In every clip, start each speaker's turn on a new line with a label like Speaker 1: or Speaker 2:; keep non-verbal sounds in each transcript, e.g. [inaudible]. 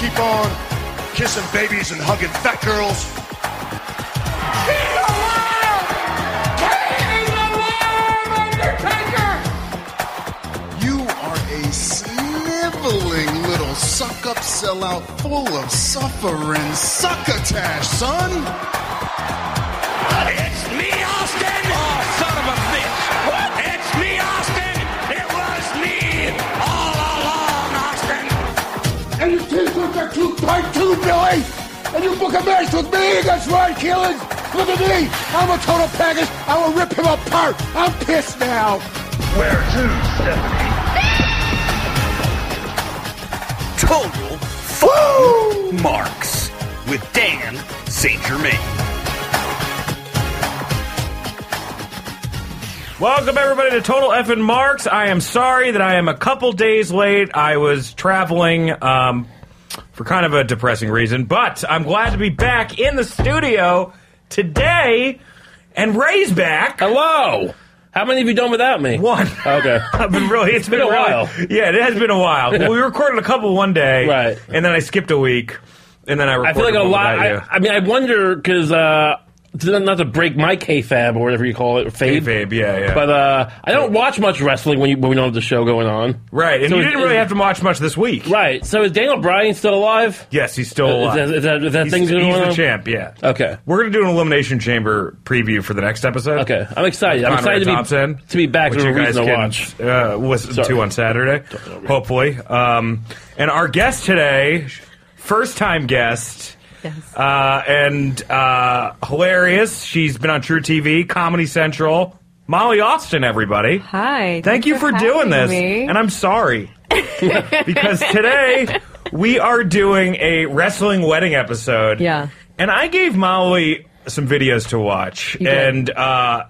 Speaker 1: keep on kissing babies and hugging fat girls.
Speaker 2: He's alive! Kane is alive, Undertaker!
Speaker 3: You are a sniveling little suck up sellout full of suffering succotash, son!
Speaker 4: It's me, Austin! Oh, son of a bitch! What? It's me, Austin! It was me all along, Austin!
Speaker 5: And your t-shirts are too tight too, Billy! And you book a match with me! That's right, Keelan! Look at me! I'm a total package! I will rip him apart! I'm pissed now!
Speaker 1: Where to, Stephanie?
Speaker 4: Total Foo Marks with Dan St. Germain.
Speaker 6: Welcome everybody to Total Effin' Marks. I am sorry that I am a couple days late. I was traveling um, for kind of a depressing reason, but I'm glad to be back in the studio today. And Ray's back.
Speaker 7: Hello. How many have you done without me?
Speaker 6: One.
Speaker 7: Okay.
Speaker 6: [laughs] I've been really. It's been,
Speaker 7: been a
Speaker 6: really-
Speaker 7: while.
Speaker 6: Yeah, it has been a
Speaker 7: [laughs]
Speaker 6: while. Well, we recorded a couple one day,
Speaker 7: Right.
Speaker 6: And then I skipped a week, and then I
Speaker 7: I
Speaker 6: recorded.
Speaker 7: feel like a
Speaker 6: one
Speaker 7: lot.
Speaker 6: without
Speaker 7: I,
Speaker 6: you.
Speaker 7: I mean, I wonder because uh, to- not to break my kfab or whatever you call it, fave.
Speaker 6: Kayfabe, yeah, yeah.
Speaker 7: But uh, I don't watch much wrestling when, you, when we don't have the show going on.
Speaker 6: right, and
Speaker 7: So
Speaker 6: you
Speaker 7: is-
Speaker 6: didn't really
Speaker 7: is-
Speaker 6: have to watch much this week.
Speaker 7: Right. So is Daniel Bryan still alive?
Speaker 6: Yes, he's still
Speaker 7: Is
Speaker 6: alive.
Speaker 7: that, is that, is that
Speaker 6: he's
Speaker 7: thing's going
Speaker 6: he's
Speaker 7: on?
Speaker 6: the champ. Yeah.
Speaker 7: Okay.
Speaker 6: We're gonna do an elimination chamber preview for the next episode.
Speaker 7: Okay. I'm excited. I'm
Speaker 6: Conrad
Speaker 7: excited to be,
Speaker 6: Thompson,
Speaker 7: to be back
Speaker 6: which
Speaker 7: to a
Speaker 6: you guys
Speaker 7: reason to
Speaker 6: can
Speaker 7: watch.
Speaker 6: Uh, listen
Speaker 7: Sorry.
Speaker 6: to on Saturday, hopefully. Um, and our guest today, first time guest.
Speaker 8: Yes.
Speaker 6: Uh, and uh, hilarious. She's been on True TV, Comedy Central. Molly Austin, everybody.
Speaker 8: Hi.
Speaker 6: Thank
Speaker 8: thanks
Speaker 6: you for, doing
Speaker 8: having
Speaker 6: this.
Speaker 8: me.
Speaker 6: And I'm
Speaker 8: [laughs]
Speaker 6: sorry. because today we are doing a wrestling wedding episode.
Speaker 8: Yeah.
Speaker 6: And I gave Molly some videos to watch.
Speaker 8: You did.
Speaker 6: And uh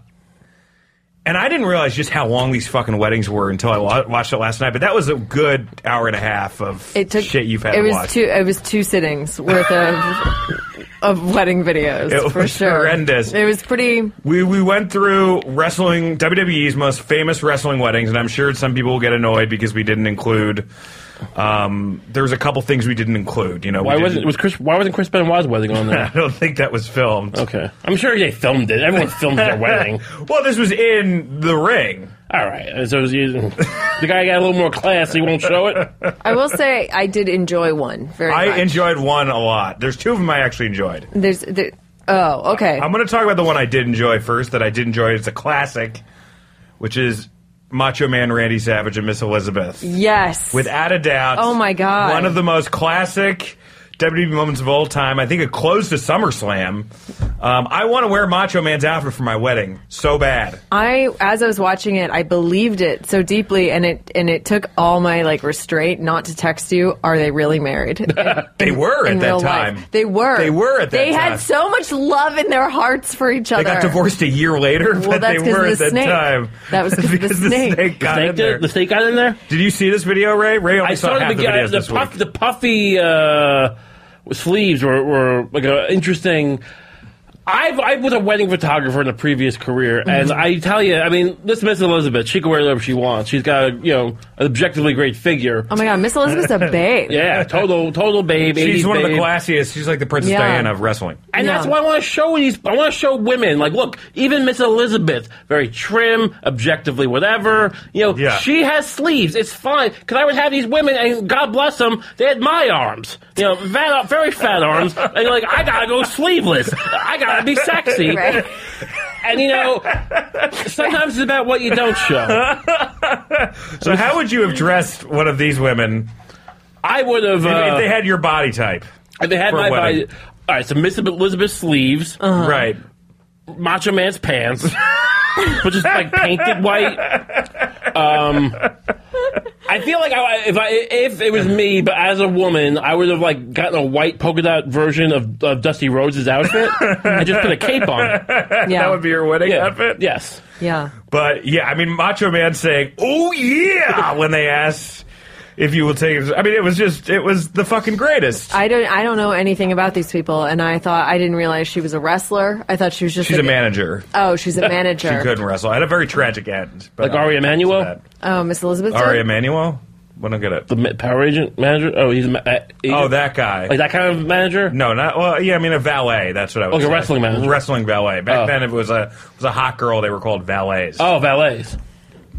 Speaker 6: and I didn't realize just how long these fucking weddings were until I wa- watched it last night, but that was a good hour and a half of
Speaker 8: it took
Speaker 6: shit you've had
Speaker 8: It
Speaker 6: to
Speaker 8: was
Speaker 6: watch.
Speaker 8: two. It was two sittings worth of
Speaker 6: [laughs]
Speaker 8: of wedding videos.
Speaker 6: It
Speaker 8: for
Speaker 6: was
Speaker 8: sure.
Speaker 6: horrendous.
Speaker 8: It was pretty.
Speaker 6: We we went through wrestling WWE's most famous wrestling weddings, and I'm sure some people will get annoyed because we didn't include. Um, there was a couple things we didn't include. You know, we
Speaker 7: Why wasn't
Speaker 6: didn't- [laughs]
Speaker 7: was Chris? Why wasn't Chris Benoit's wedding on
Speaker 6: I [laughs]
Speaker 7: there?
Speaker 6: don't think that was filmed.
Speaker 7: okay. I'm sure they filmed it. Everyone
Speaker 6: [laughs]
Speaker 7: filmed their wedding.
Speaker 6: well, this was in the ring.
Speaker 7: All right. So is he- the guy got a little more class. He won't
Speaker 6: [laughs]
Speaker 7: show it.
Speaker 8: I will say I did enjoy one very much.
Speaker 6: I enjoyed one a lot. There's two of them I actually enjoyed.
Speaker 8: There's there, oh okay.
Speaker 6: I'm going to talk about the one I did enjoy first. That I did enjoy. It's a classic, which is Macho Man Randy Savage and Miss Elizabeth.
Speaker 8: yes.
Speaker 6: Without a doubt.
Speaker 8: Oh my God.
Speaker 6: One of the most classic WWE moments of all time. I think it closed to SummerSlam. Um, I want to wear Macho Man's outfit for my wedding so bad.
Speaker 8: I as I was watching it, I believed it so deeply, and it and it took all my like restraint not to text you. Are they
Speaker 6: [laughs]
Speaker 8: really married?
Speaker 6: They were
Speaker 8: in
Speaker 6: at that
Speaker 8: real
Speaker 6: time.
Speaker 8: life, they were.
Speaker 6: They were at that
Speaker 8: They
Speaker 6: time.
Speaker 8: had so much love in their hearts for each
Speaker 6: They
Speaker 8: other.
Speaker 6: got divorced a year later, but
Speaker 8: that's
Speaker 6: they
Speaker 8: 'cause
Speaker 6: were
Speaker 8: of
Speaker 6: at
Speaker 8: the
Speaker 6: that
Speaker 8: snake.
Speaker 6: time.
Speaker 8: That was 'cause of
Speaker 6: [laughs]
Speaker 8: the
Speaker 6: because
Speaker 8: snake.
Speaker 6: the snake got
Speaker 7: Snake
Speaker 6: in
Speaker 7: did-
Speaker 6: there.
Speaker 7: the snake got in there.
Speaker 6: Did you see this video, Ray? Ray only
Speaker 7: I
Speaker 6: saw half
Speaker 7: started
Speaker 6: the,
Speaker 7: the, guy,
Speaker 6: videos
Speaker 7: the,
Speaker 6: this
Speaker 7: puff,
Speaker 6: week.
Speaker 7: the puffy uh, sleeves were, were like an interesting. I've, I was a wedding photographer in a previous career,
Speaker 6: Mm-hmm.
Speaker 7: and I tell you, I mean, this Miss Elizabeth, she can wear whatever she wants. She's got a, you know an objectively great figure.
Speaker 8: Oh my god, Miss
Speaker 6: [laughs]
Speaker 8: Elizabeth's a babe.
Speaker 7: Yeah, total total babe.
Speaker 6: She's
Speaker 7: 80s
Speaker 6: one of the
Speaker 7: babe.
Speaker 6: classiest. She's like the Princess
Speaker 8: Yeah.
Speaker 6: Diana of wrestling.
Speaker 7: And that's
Speaker 8: Yeah.
Speaker 7: why I want to show these. I want to show women, like, look, even Miss Elizabeth, very trim, objectively, whatever. You know,
Speaker 6: Yeah.
Speaker 7: she has sleeves. It's fine. Because I would have these women, and God bless them, they had my arms. You know, fat, very fat arms. And you're like, I gotta go sleeveless. I gotta
Speaker 6: [laughs]
Speaker 7: be sexy.
Speaker 8: Right.
Speaker 7: And you know, sometimes it's about what you don't show.
Speaker 6: So how would you have dressed one of these women
Speaker 7: I would have.
Speaker 6: if- if
Speaker 7: Uh,
Speaker 6: they had your body type?
Speaker 7: if they had
Speaker 6: for a
Speaker 7: my
Speaker 6: wedding.
Speaker 7: body. All right, so Miss Elizabeth's sleeves.
Speaker 8: Uh.
Speaker 6: Right.
Speaker 7: Macho Man's pants, [laughs] which is like painted white. Um, I feel like I, if I if it was me, but as a woman, I would have like gotten a white polka dot version of, of Dusty Rhodes' outfit and just put a cape
Speaker 6: [laughs]
Speaker 7: on.
Speaker 8: Yeah.
Speaker 6: That would be your wedding
Speaker 7: Yeah.
Speaker 6: outfit.
Speaker 7: Yes.
Speaker 8: yeah.
Speaker 6: But yeah, I mean, Macho Man saying, "Oh yeah," when they asked if you will take. it. I mean, it was just it was the fucking greatest.
Speaker 8: I don't I don't know anything about these people and I thought I didn't realize she was a wrestler. I thought she was just
Speaker 6: She's a
Speaker 8: like-
Speaker 6: manager.
Speaker 8: Oh, she's
Speaker 6: [laughs]
Speaker 8: a
Speaker 6: She
Speaker 8: manager.
Speaker 6: couldn't wrestle. Had a very tragic end. but
Speaker 7: Like
Speaker 6: I'll
Speaker 7: Ari
Speaker 6: get to
Speaker 7: Emanuel?
Speaker 6: that.
Speaker 8: oh, Miss Elizabeth.
Speaker 6: Ari Emanuel. When I get it.
Speaker 7: The ma- power agent manager? Oh, he's a ma- uh, agent?
Speaker 6: Oh, that guy.
Speaker 7: like that kind of manager.
Speaker 6: No, not well. Yeah, I mean a valet. That's what I was.
Speaker 7: Like a wrestling manager.
Speaker 6: Wrestling valet. Back
Speaker 7: Oh.
Speaker 6: then, if it was a it was a hot girl, they were called valets.
Speaker 7: Oh, valets.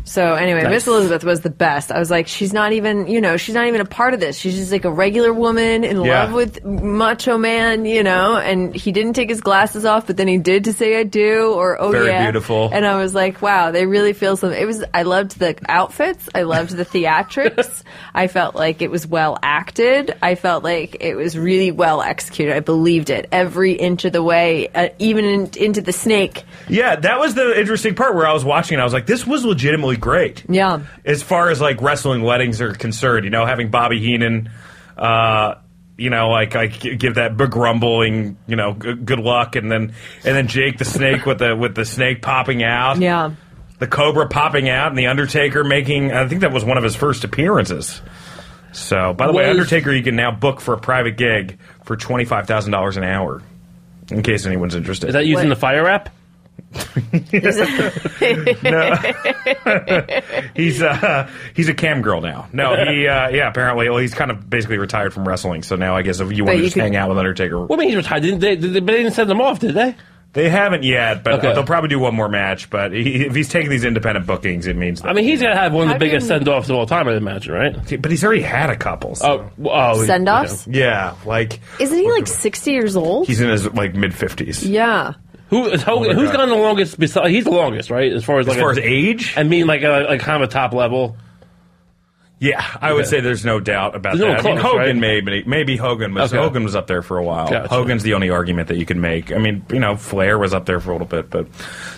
Speaker 8: So anyway,
Speaker 7: Nice.
Speaker 8: Miss Elizabeth was the best. I was like, she's not even, you know, she's not even a part of this. She's just like a regular woman in
Speaker 6: Yeah.
Speaker 8: love with Macho Man, you know. And he didn't take his glasses off, but then he did to say I do or oh
Speaker 6: Very
Speaker 8: yeah,
Speaker 6: beautiful.
Speaker 8: And I was like, wow, they really feel some. It was. I loved the outfits. I loved the theatrics.
Speaker 6: [laughs]
Speaker 8: I felt like it was well acted. I felt like it was really well executed. I believed it every inch of the way, uh, even in, into the snake.
Speaker 6: Yeah, that was the interesting part where I was watching and I was like, this was legitimately great.
Speaker 8: Yeah.
Speaker 6: As far as like wrestling weddings are concerned, you know, having Bobby Heenan, uh, you know, like I g- give that big rumbling, you know, g- good luck, and then and then Jake the Snake with the with the snake popping out,
Speaker 8: Yeah.
Speaker 6: the Cobra popping out, and the Undertaker making. I think that was one of his first appearances. So, by the way,
Speaker 7: Was-
Speaker 6: Undertaker, you can now book for a private gig for twenty five thousand dollars an hour, in case anyone's interested.
Speaker 7: Is that using
Speaker 8: What?
Speaker 7: the fire app?
Speaker 6: He's uh, [laughs] he's a cam girl now. No, he uh, yeah, apparently, well, he's kind of basically retired from wrestling. So now I guess if you want
Speaker 8: you
Speaker 6: to just
Speaker 8: could-
Speaker 6: hang out with Undertaker,
Speaker 7: What do you mean he's retired? Didn't they, did they, but they didn't send them off, did they?
Speaker 6: they haven't yet, but
Speaker 7: Okay.
Speaker 6: uh, they'll probably do one more match. But he, if he's taking these independent bookings, it means that.
Speaker 7: I mean, he's got to have one of the
Speaker 8: I
Speaker 7: biggest
Speaker 8: mean-
Speaker 7: send offs of all time, I'd imagine, right?
Speaker 6: but he's already had a couple. So.
Speaker 7: Oh, well, oh
Speaker 8: Send offs?
Speaker 6: yeah, like
Speaker 8: Isn't he like sixty years old?
Speaker 6: he's in his like mid fifties
Speaker 8: yeah.
Speaker 7: Who, who,
Speaker 6: Oh my
Speaker 7: who's
Speaker 6: God.
Speaker 7: gone the longest? Besides, he's the longest, right? As far as
Speaker 6: as
Speaker 7: like
Speaker 6: far as
Speaker 7: a-
Speaker 6: age.
Speaker 7: I mean, like a, like kind of a top level.
Speaker 6: yeah, I would say there's no doubt about
Speaker 7: There's no
Speaker 6: that. I mean,
Speaker 7: close,
Speaker 6: Hogan
Speaker 7: right?
Speaker 6: maybe maybe Hogan was
Speaker 7: Okay.
Speaker 6: Hogan was up there for a while.
Speaker 7: Gotcha.
Speaker 6: Hogan's the only argument that you can make. I mean, you know, Flair was up there for a little bit, but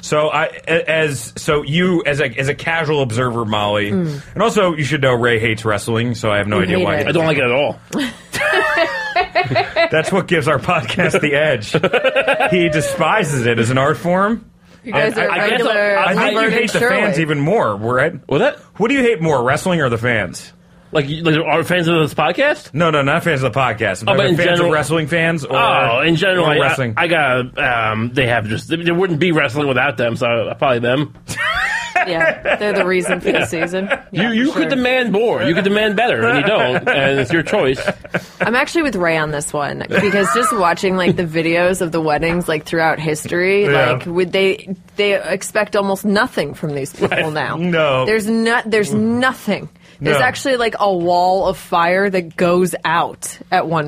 Speaker 6: so I a- as so you as a as a casual observer, Molly, and also you should know Ray hates wrestling, so I have no
Speaker 8: We
Speaker 6: idea
Speaker 8: hate
Speaker 6: why.
Speaker 8: it.
Speaker 7: I don't like Hmm. it at all.
Speaker 6: That's what gives our podcast the edge. he despises it as an art form.
Speaker 8: You guys
Speaker 6: And
Speaker 8: are
Speaker 6: I- I guess-
Speaker 8: regular.
Speaker 6: I think you
Speaker 8: Harvard
Speaker 6: hate the
Speaker 8: Shirley.
Speaker 6: fans even more, right?
Speaker 7: Well, that
Speaker 6: What do you hate more, wrestling or the fans?
Speaker 7: like you- like are fans of this podcast?
Speaker 6: No, no, not fans of the podcast. I'm
Speaker 7: Oh, but
Speaker 6: talking
Speaker 7: in
Speaker 6: fans
Speaker 7: general-
Speaker 6: of wrestling fans. Or,
Speaker 7: oh, in general,
Speaker 6: or
Speaker 7: I,
Speaker 6: wrestling. [laughs]
Speaker 7: I, got um, they have just there wouldn't be wrestling without them, so uh, probably them.
Speaker 8: yeah, they're the reason
Speaker 6: [laughs]
Speaker 8: for the season. Yeah,
Speaker 7: you you
Speaker 8: for
Speaker 7: could
Speaker 8: sure.
Speaker 7: demand more, you could demand better, and you don't, and it's
Speaker 6: [laughs]
Speaker 7: your choice.
Speaker 8: I'm actually with Ray on this one because just watching like the videos of the weddings like throughout history,
Speaker 6: Yeah.
Speaker 8: like would they they expect almost nothing from these people now?
Speaker 6: No.
Speaker 8: there's not. There's
Speaker 7: Mm.
Speaker 8: nothing. There's
Speaker 6: No.
Speaker 8: actually like a wall of fire that goes out at one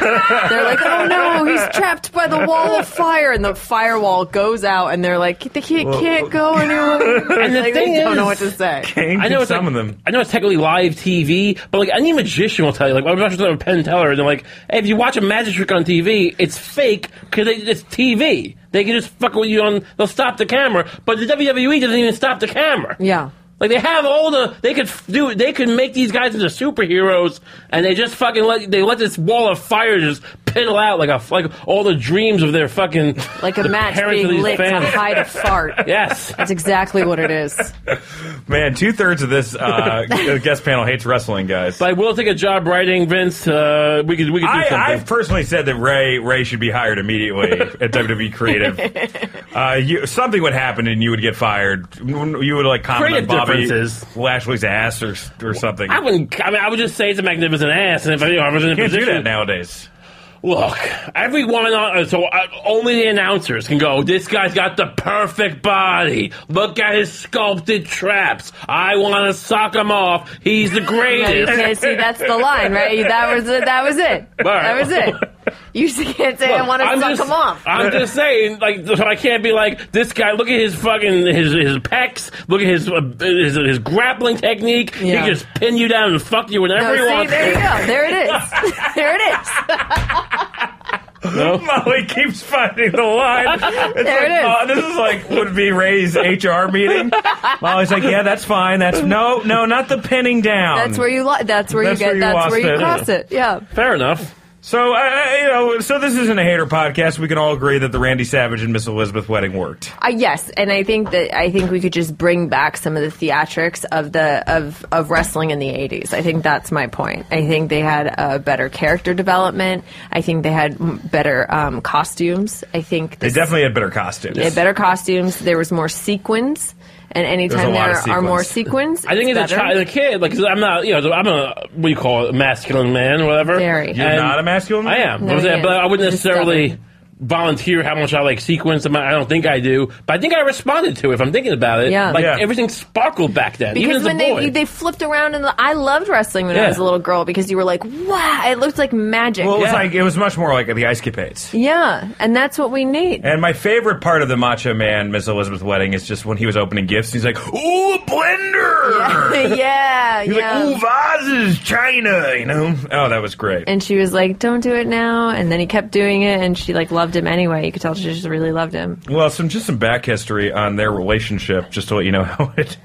Speaker 7: [laughs]
Speaker 8: they're like, "Oh no, he's trapped by the wall of fire," and the firewall goes out, and they're like, "They can't, can't go
Speaker 7: [laughs]
Speaker 8: anywhere."
Speaker 7: And the
Speaker 8: like,
Speaker 7: thing
Speaker 8: they don't know
Speaker 7: is-
Speaker 8: what to say.
Speaker 6: Kane
Speaker 7: I
Speaker 6: can
Speaker 7: know it's like,
Speaker 6: summon them.
Speaker 7: I know it's technically live TV, but like any magician will tell you, like I'm watching a Penn and Teller, and they're like, hey, if you watch a magic trick on TV, it's fake because it's TV. They can just fuck with you on. They'll stop the camera, but the WWE doesn't even stop the camera.
Speaker 8: Yeah.
Speaker 7: Like they have all the they could f- do they could make these guys into superheroes and they just fucking let they let this wall of fire just piddle out like a like all the dreams of their fucking
Speaker 8: Like a
Speaker 7: the
Speaker 8: match
Speaker 7: parents of these
Speaker 8: being lit
Speaker 7: fans.
Speaker 8: to hide a
Speaker 7: [laughs]
Speaker 8: fart.
Speaker 7: Yes.
Speaker 8: That's exactly what it is.
Speaker 6: Man, two thirds of this
Speaker 7: [laughs]
Speaker 6: uh, guest panel hates wrestling, guys.
Speaker 7: But I will take a job writing Vince. Uh, we could we could do something.
Speaker 6: I, I've personally said that Ray Ray should be hired immediately at WWE Creative.
Speaker 7: [laughs]
Speaker 6: Uh, you, something would happen and you would get fired. You would like comment
Speaker 7: Creative
Speaker 6: on Bobby
Speaker 7: differences.
Speaker 6: Lashley's ass or or something.
Speaker 7: I wouldn't. I mean, I would just say it's a magnificent ass, and if I, you know, I was in a
Speaker 6: can't do that
Speaker 7: position,
Speaker 6: nowadays. [laughs]
Speaker 7: look, everyone on uh, so uh, only the announcers can go. This guy's got the perfect body. Look at his sculpted traps. I want to sock him off. He's the
Speaker 8: Yeah, you
Speaker 7: greatest.
Speaker 8: can't see. That's the line, right? That was it. That was it. That was it. You just can't say [laughs] I want to
Speaker 7: I'm
Speaker 8: suck
Speaker 7: just,
Speaker 8: him off.
Speaker 7: I'm just saying, like, so I can't be like this guy. Look at his fucking his his pecs. Look at his uh, his, his grappling technique. He
Speaker 8: Yeah.
Speaker 7: can just pin you down and fuck you whenever
Speaker 8: No,
Speaker 7: he
Speaker 8: see,
Speaker 7: wants.
Speaker 8: there you go. There
Speaker 6: [laughs]
Speaker 8: it is. there it is.
Speaker 7: [laughs]
Speaker 6: Molly keeps finding the line. It's
Speaker 8: There
Speaker 6: like,
Speaker 8: it
Speaker 6: uh,
Speaker 8: is.
Speaker 6: this is like would be Ray's HR meeting. Molly's like, yeah, that's fine. That's no, no, not the pinning down.
Speaker 8: That's where you. Lo- that's where
Speaker 6: That's
Speaker 8: you
Speaker 6: where
Speaker 8: get.
Speaker 6: you
Speaker 8: that's where
Speaker 6: lost
Speaker 8: you
Speaker 6: it.
Speaker 8: cross it. Yeah.
Speaker 7: Fair enough.
Speaker 6: So uh, you know, so this isn't a hater podcast. We can all agree that the Randy Savage and Miss Elizabeth wedding worked.
Speaker 8: Uh, yes, and I think that I think we could just bring back some of the theatrics of the of of wrestling in the '80s. I think that's my point. I think they had a better character development. I think they had mm, better um, costumes. I think
Speaker 6: They
Speaker 8: this-
Speaker 6: definitely had better costumes.
Speaker 8: They had better costumes. There was more sequins. And anytime
Speaker 6: lot
Speaker 8: there
Speaker 6: of
Speaker 8: are more
Speaker 6: sequins.
Speaker 8: sequins,
Speaker 7: I think
Speaker 8: it's
Speaker 7: as a
Speaker 8: better.
Speaker 7: child, as a kid, like 'cause I'm not, you know, I'm a what do you call it, a masculine man, or whatever.
Speaker 8: Very. You're
Speaker 7: And
Speaker 6: not a masculine man?
Speaker 7: I am,
Speaker 8: No,
Speaker 7: I'm saying,
Speaker 8: yeah.
Speaker 7: but I wouldn't
Speaker 8: You're
Speaker 7: necessarily
Speaker 8: stubborn.
Speaker 7: volunteer how much I like sequence. I'm- I don't think I do, but I think I responded to it. If I'm thinking about it,
Speaker 8: Yeah.
Speaker 7: like
Speaker 6: Yeah.
Speaker 7: everything sparkled back then, even
Speaker 8: Because
Speaker 7: as a
Speaker 8: when
Speaker 7: boy.
Speaker 8: they they flipped around and I loved wrestling when
Speaker 7: Yeah.
Speaker 8: I was a little girl because you were like, wow, it looked like magic.
Speaker 6: Well, it was
Speaker 7: Yeah.
Speaker 6: like it was much more like the ice capades.
Speaker 8: yeah, and that's what
Speaker 7: [laughs]
Speaker 8: we need. [laughs]
Speaker 6: And my favorite part of the Macho Man Miss Elizabeth wedding is just when he was opening gifts. He's like, "Ooh, a blender."
Speaker 8: yeah, [laughs]
Speaker 6: He's
Speaker 8: yeah.
Speaker 6: like, "Ooh, vases, China." You know? Oh, that was great.
Speaker 8: and she was like, "Don't do it now." And then he kept doing it, and she like loved him anyway. You could tell she just really loved him.
Speaker 6: Well, some just some back history on their relationship, just to let you know [laughs] how it.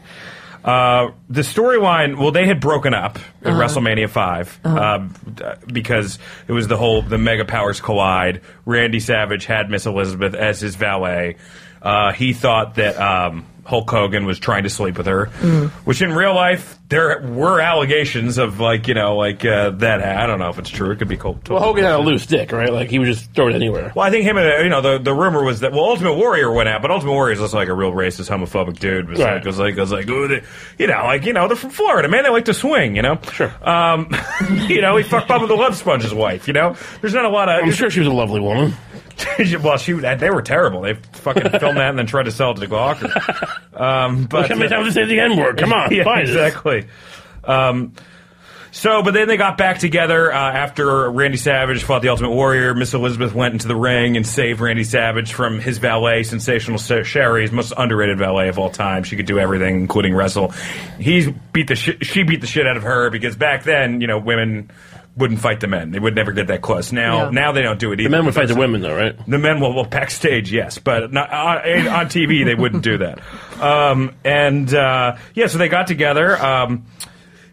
Speaker 6: Uh, the storyline, well, they had broken up at WrestleMania 5 uh because it was the whole the mega powers collide. Randy Savage had Miss Elizabeth as his valet. Uh, he thought that um, Hulk Hogan was trying to sleep with her, which in real life there were allegations of like you know like uh, that. I don't know if it's true. It could be cool.
Speaker 7: well, Hogan had a loose dick, right? Like he would just throw it anywhere.
Speaker 6: Well, I think him and uh, you know the the rumor was that well, Ultimate Warrior went out, but Ultimate Warrior is just like a real racist, homophobic dude. Was
Speaker 7: Right.
Speaker 6: like was like was like "Ooh, they-" you know like you know they're from Florida, man. They like to swing, you know.
Speaker 7: Sure.
Speaker 6: Um, [laughs] you know he fucked Bubba the Love Sponge's wife. You know, there's not a lot of
Speaker 7: I'm sure she was a lovely woman. Um,
Speaker 6: [laughs] well, she they were terrible. They fucking filmed that and then tried to sell it to Gawker. Um, but
Speaker 7: Look how many times I say the N word. Come
Speaker 6: [laughs]
Speaker 7: on,
Speaker 6: yeah,
Speaker 7: find it.
Speaker 6: exactly. Um, so, but then they got back together uh, after Randy Savage fought the Ultimate Warrior. Miss Elizabeth went into the ring and saved Randy Savage from his valet, Sensational Sa- Sherry's most underrated valet of all time. She could do everything, including wrestle. He's beat the shi- she beat the shit out of her because back then, you know, women wouldn't fight the men; they would never get that close. Now,
Speaker 8: Yeah.
Speaker 6: now they don't do it either.
Speaker 7: The men would fight the women, though, right?
Speaker 6: The men will, will backstage, yes, but not, on, eh, on TV they wouldn't do that. Um, and uh, yeah, so they got together, um,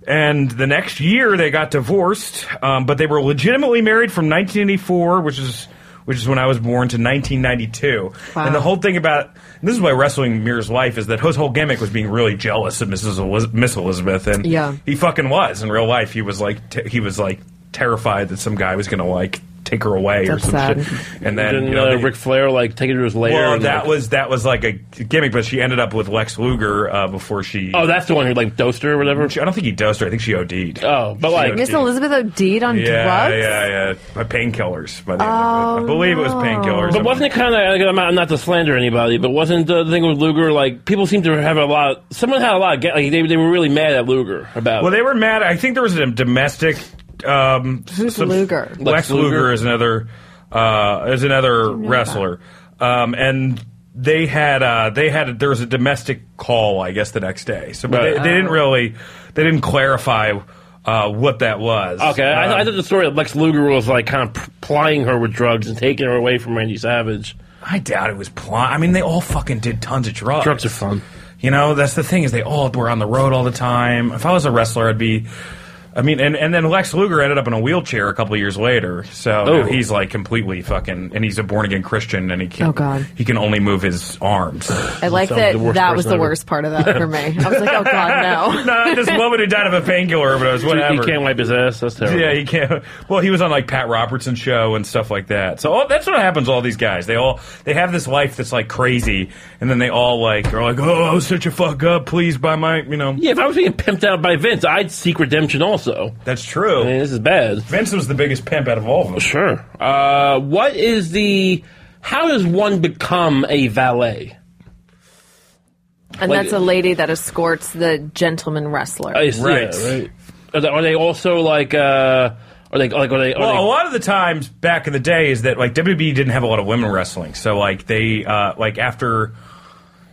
Speaker 6: and the next year they got divorced, um, but they were legitimately married from 1984, which is which is when I was born, to 1992.
Speaker 8: Wow.
Speaker 6: And the whole thing about and this is why wrestling mirrors life is that his whole gimmick was being really jealous of Mrs. Eliz- Miss Elizabeth, and
Speaker 8: Yeah.
Speaker 6: he fucking was in real life. He was like t- he was like terrified that some guy was going to like take her away
Speaker 8: That's
Speaker 6: or some
Speaker 8: sad.
Speaker 6: shit, and then
Speaker 7: Didn't
Speaker 6: and, you know,
Speaker 7: uh,
Speaker 6: they-
Speaker 7: Ric Flair like take it to his lair?
Speaker 6: well,
Speaker 7: and,
Speaker 6: that
Speaker 7: like-
Speaker 6: was that was like a gimmick, but she ended up with Lex Luger uh, before she.
Speaker 7: Oh, that's the one who like dosed her or whatever.
Speaker 6: I don't think he dosed her. I think she OD'd.
Speaker 7: Oh, but like
Speaker 8: Miss Elizabeth O'Deed on
Speaker 6: yeah,
Speaker 8: drugs.
Speaker 6: yeah, yeah. By painkillers. By the end of it. I believe it was painkillers.
Speaker 7: But wasn't it kind of like I'm not, not to slander anybody, but wasn't the thing with Luger like people seem to have a lot? Someone had a lot. Of, ga- like they, they were really mad at Luger about.
Speaker 6: Well, they were mad. I think there was a domestic. Um,
Speaker 8: Who's Luger?
Speaker 6: Lex,
Speaker 7: Lex
Speaker 6: Luger?
Speaker 7: Luger?
Speaker 6: is another uh, is another wrestler, um, and they had uh, they had there was a domestic call, I guess, the next day. So, but
Speaker 7: Right.
Speaker 6: they, they didn't really they didn't clarify uh, what that was.
Speaker 7: okay, I,
Speaker 6: Um,
Speaker 7: I thought the story of Lex Luger was like kind of plying her with drugs and taking her away from Randy Savage.
Speaker 6: I doubt it was plot. I mean, they all fucking did tons of drugs.
Speaker 7: Drugs are fun.
Speaker 6: You know, that's the thing is they all were on the road all the time. If I was a wrestler, I'd be. I mean, and, and then Lex Luger ended up in a wheelchair a couple years later. So
Speaker 7: Oh.
Speaker 6: he's like completely fucking, and he's a born again Christian, and he can
Speaker 8: Oh, God.
Speaker 6: he can only move his arms. [laughs]
Speaker 8: I like
Speaker 7: Sounds
Speaker 8: that.
Speaker 7: the worst
Speaker 8: That was
Speaker 7: person
Speaker 8: the
Speaker 7: ever.
Speaker 8: worst part of that for me.
Speaker 7: [laughs]
Speaker 8: I was like, oh god, no.
Speaker 6: no, this woman who died of a painkiller, but it was whatever.
Speaker 7: He can't wipe his ass. That's terrible.
Speaker 6: Yeah, he can't. Well, he was on like Pat Robertson's show and stuff like that. So all, that's what happens. to All these guys, they all they have this life that's like crazy, and then they all like are like, oh, I was such a fuck up. Please buy my, you know.
Speaker 7: Yeah, if I was being pimped out by Vince, I'd seek redemption also.
Speaker 6: That's
Speaker 7: I mean,
Speaker 6: true.
Speaker 7: this is bad.
Speaker 6: Vince was the biggest pimp out of all of them.
Speaker 7: Sure. Uh, what is the? How does one become a valet?
Speaker 8: And
Speaker 7: Like-
Speaker 8: that's a lady that escorts the gentleman
Speaker 6: Oh,
Speaker 8: wrestler.
Speaker 7: I see, yeah,
Speaker 6: Right.
Speaker 7: right. Oh, Are they, are they also like? Uh, are they like? Are they? Are
Speaker 6: Well, oh,
Speaker 7: they
Speaker 6: a lot of the times back in the day is that like WWE didn't have a lot of women wrestling, so like they uh, like after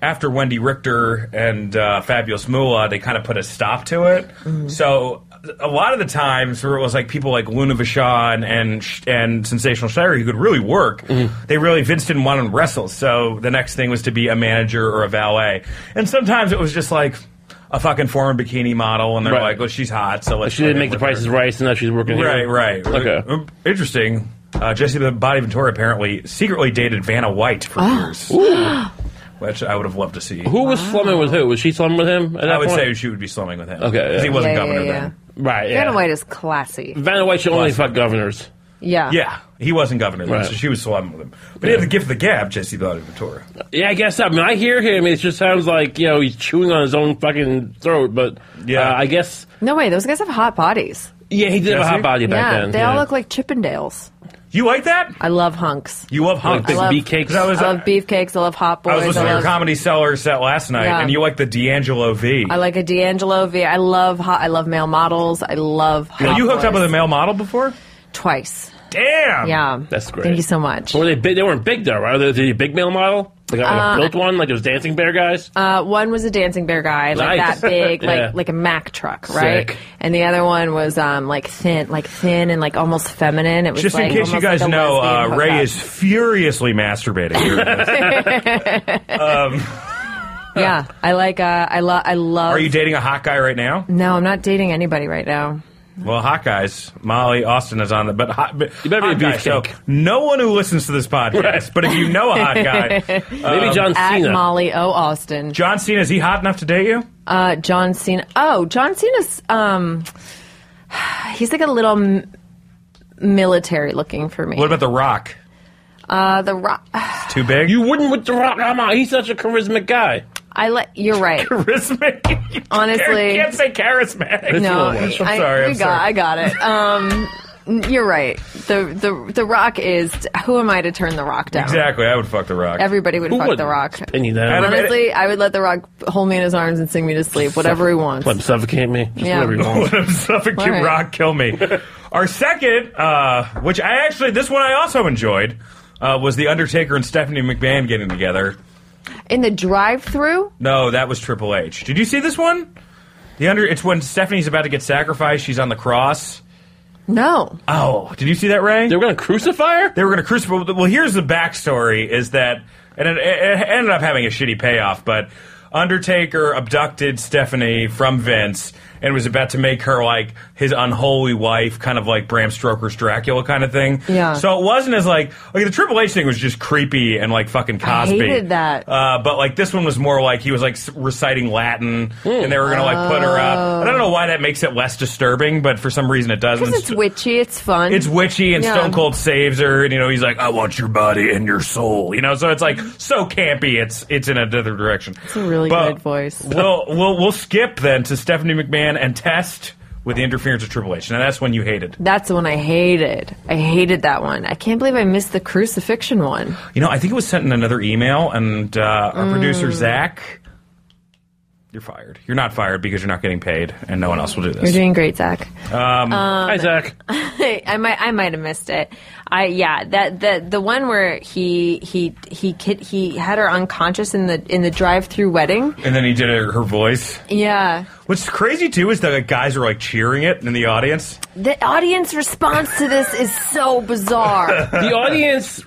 Speaker 6: after Wendy Richter and uh, Fabulous Moolah, they kind of put a stop to it.
Speaker 7: Mm-hmm.
Speaker 6: So a lot of the times where it was like people like Luna Vachon and and Sensational Sherry who could really work,
Speaker 7: Mm-hmm.
Speaker 6: they really Vince didn't want them to wrestle. So the next thing was to be a manager or a valet, and sometimes it was just like. A fucking former bikini model, and they're
Speaker 7: Right.
Speaker 6: like, "Well, she's hot, so let's."
Speaker 7: She didn't make the
Speaker 6: fucking work her."
Speaker 7: prices right, so now she's working
Speaker 6: Right,
Speaker 7: here.
Speaker 6: right.
Speaker 7: Okay.
Speaker 6: Um, Interesting. Uh, Jesse the Body Ventura apparently secretly dated Vanna White for years, [gasps] which I would have loved to see.
Speaker 7: Who was
Speaker 8: Ah.
Speaker 7: slumming with who? Was she slumming with him? At that
Speaker 6: I would
Speaker 7: point?
Speaker 6: say she would be slumming with him.
Speaker 7: Okay, yeah.
Speaker 6: Because he wasn't
Speaker 8: Yeah, yeah,
Speaker 6: governor
Speaker 8: yeah.
Speaker 6: then.
Speaker 7: right. Yeah.
Speaker 8: Vanna White is classy.
Speaker 7: Vanna White should only
Speaker 6: Classic.
Speaker 7: fuck governors.
Speaker 8: Yeah.
Speaker 6: Mm. Yeah, he wasn't governor then,
Speaker 7: Right.
Speaker 6: so she was slumming with him. But he had the gift of the gab, Jesse Ventura.
Speaker 7: Yeah, I guess. I mean, I hear him. It just sounds like you know he's chewing on his own fucking throat. But
Speaker 6: Yeah.
Speaker 7: uh, I guess.
Speaker 8: No way. Those guys have hot bodies.
Speaker 7: Yeah, he did have a
Speaker 6: Jesse?
Speaker 7: hot body back
Speaker 8: yeah.
Speaker 7: then.
Speaker 8: they
Speaker 7: yeah.
Speaker 8: all look like Chippendales.
Speaker 6: You like that?
Speaker 8: I love hunks.
Speaker 6: You love
Speaker 7: like
Speaker 6: hunk.
Speaker 7: big
Speaker 8: I love-
Speaker 7: beefcake. cakes.
Speaker 6: I was, uh,
Speaker 8: I love beefcakes. I love hot boys.
Speaker 6: I was listening to
Speaker 8: I
Speaker 6: your
Speaker 8: love-
Speaker 6: comedy cellar set last night,
Speaker 8: Yeah.
Speaker 6: and you like the D'Angelo V.
Speaker 8: I like a D'Angelo V. I love hot. I love male models. I love. Hot
Speaker 6: Have you hooked up
Speaker 8: boys.
Speaker 6: with a male model before?
Speaker 8: twice.
Speaker 6: Damn.
Speaker 8: Yeah,
Speaker 7: That's great.
Speaker 8: Thank you so much.
Speaker 7: Were they big? They weren't big though, right? Were they a big male model? Like a, like a
Speaker 8: Uh,
Speaker 7: built one, like those dancing bear guys.
Speaker 8: Uh, one was a dancing bear guy, like
Speaker 7: Nice.
Speaker 6: [laughs]
Speaker 8: that big, like
Speaker 7: Yeah.
Speaker 8: like a Mack truck, right?
Speaker 7: Sick.
Speaker 8: And the other one was um like thin, like thin and like almost feminine. It was
Speaker 6: Just
Speaker 8: like,
Speaker 6: in case you
Speaker 8: almost
Speaker 6: guys
Speaker 8: like a
Speaker 6: know, uh,
Speaker 8: lesbian
Speaker 6: Ray
Speaker 8: hookup.
Speaker 6: is furiously masturbating.
Speaker 8: [laughs]
Speaker 6: Here.
Speaker 8: yeah. I like. Uh, I love. I love.
Speaker 6: Are you dating a hot guy right now?
Speaker 8: no, I'm not dating anybody right now.
Speaker 6: Well, hot guys, Molly Austin is on the but hot. But
Speaker 7: You better be
Speaker 6: hot
Speaker 7: a
Speaker 6: guy,
Speaker 7: beefcake.
Speaker 6: so no one who listens to this podcast, but if you know a hot [laughs] guy,
Speaker 7: Maybe John
Speaker 8: At
Speaker 7: Cena.
Speaker 8: Molly O. Austin,
Speaker 6: John Cena, is he hot enough to date you?
Speaker 8: uh, John Cena. Oh, John Cena's. Um, [sighs] he's like a little m- military looking for me.
Speaker 6: What about The Rock?
Speaker 8: uh, the rock.
Speaker 6: Too big?
Speaker 7: you wouldn't with The Rock. Come on, he's such a charismatic guy.
Speaker 8: I like.
Speaker 6: [laughs]
Speaker 8: You're right.
Speaker 6: charismatic. You
Speaker 8: Honestly.
Speaker 6: can't say charismatic.
Speaker 8: No,
Speaker 7: little
Speaker 6: much. I'm
Speaker 8: I-
Speaker 6: sorry,
Speaker 8: we
Speaker 6: I'm
Speaker 8: got,
Speaker 6: sorry.
Speaker 8: I got it. Um, n- you're right. The the the Rock is. Who am I to turn the Rock down?
Speaker 6: Exactly, I would fuck The Rock. [laughs]
Speaker 8: Everybody would
Speaker 7: Who
Speaker 8: fuck
Speaker 7: would
Speaker 8: the Rock.
Speaker 7: Penny that.
Speaker 6: Adam-
Speaker 8: Honestly, I would let the Rock hold me in his arms and sing me to sleep, whatever he wants.
Speaker 7: Let him suffocate me. Just
Speaker 8: Yeah.
Speaker 7: whatever he
Speaker 6: [laughs]
Speaker 7: wants.
Speaker 6: Let him suffocate
Speaker 8: All right.
Speaker 6: Rock, kill
Speaker 8: [laughs]
Speaker 6: me. Our second, uh, which I actually, this one I also enjoyed, uh, was The Undertaker and Stephanie McMahon getting together.
Speaker 8: In the drive-through,
Speaker 6: No, that was Triple H. Did you see this one? The under, it's when Stephanie's about to get sacrificed. She's on the cross.
Speaker 8: no.
Speaker 6: Oh, did you see that, Ray?
Speaker 7: They were gonna crucify her.
Speaker 6: They were going to crucify. Well, here's the backstory: is that and it, it ended up having a shitty payoff, but Undertaker abducted Stephanie from Vince and was about to make her like his unholy wife, kind of like Bram Stoker's Dracula kind of thing.
Speaker 8: Yeah.
Speaker 6: So it wasn't as like like the Triple H thing was just creepy and like fucking
Speaker 8: I
Speaker 6: Cosby.
Speaker 8: hated that.
Speaker 6: Uh, but like this one was more like he was like s- reciting Latin
Speaker 8: Hmm.
Speaker 6: and they were going to like put her up. I don't know why that makes it less disturbing, but for some reason it doesn't.
Speaker 8: Oh. Because it's witchy, it's fun.
Speaker 6: It's witchy, and
Speaker 8: Yeah.
Speaker 6: Stone Cold saves her, and you know he's like, "I want your body and your soul," you know. So it's like so campy. It's it's in another direction. It's
Speaker 8: a really good voice.
Speaker 6: We'll we'll we'll skip then to Stephanie McMahon and test with the interference of Triple H. Now that's when you hated.
Speaker 8: That's the one I hated. I hated that one. I can't believe I missed the crucifixion one.
Speaker 6: You know, I think it was sent in another email, and uh, our
Speaker 8: Mm.
Speaker 6: producer Zach. You're fired. You're not fired because you're not getting paid, and no one else will do
Speaker 8: You're
Speaker 6: this.
Speaker 8: doing great, Zach.
Speaker 7: Hi, Zach.
Speaker 8: [laughs] I might I might have missed it. I yeah that the the one where he he he kid, he had her unconscious in the in the drive through wedding.
Speaker 6: and then he did her, her voice.
Speaker 8: Yeah,
Speaker 6: What's crazy too is that like, guys are like cheering it in the audience.
Speaker 8: the audience response to this is so [laughs] bizarre.
Speaker 7: the audience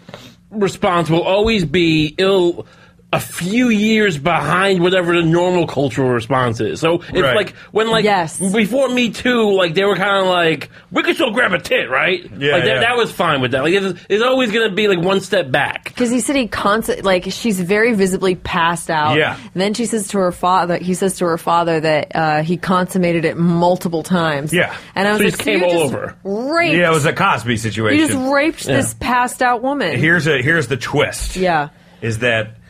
Speaker 7: response will always be ill a few years behind whatever the normal cultural response is. So if
Speaker 6: Right.
Speaker 7: like when like
Speaker 8: Yes.
Speaker 7: before Me Too, like they were kind of like we could still grab a tit, right?
Speaker 6: Yeah,
Speaker 7: like, that-
Speaker 6: yeah.
Speaker 7: that was fine with that. Like it's, it's always going to be like one step back.
Speaker 8: Because he said he constant like she's very visibly passed out.
Speaker 6: Yeah.
Speaker 8: Then she says to her father, he says to her father that uh, he consummated it multiple times.
Speaker 6: Yeah.
Speaker 8: And I was
Speaker 7: So he
Speaker 8: like,
Speaker 7: just came
Speaker 8: you
Speaker 7: all
Speaker 8: just
Speaker 7: over.
Speaker 8: Raped.
Speaker 6: Yeah, it was a Cosby
Speaker 8: you
Speaker 6: situation.
Speaker 8: just raped this passed out woman.
Speaker 6: Here's a here's the twist.
Speaker 8: yeah.
Speaker 6: Is that [coughs]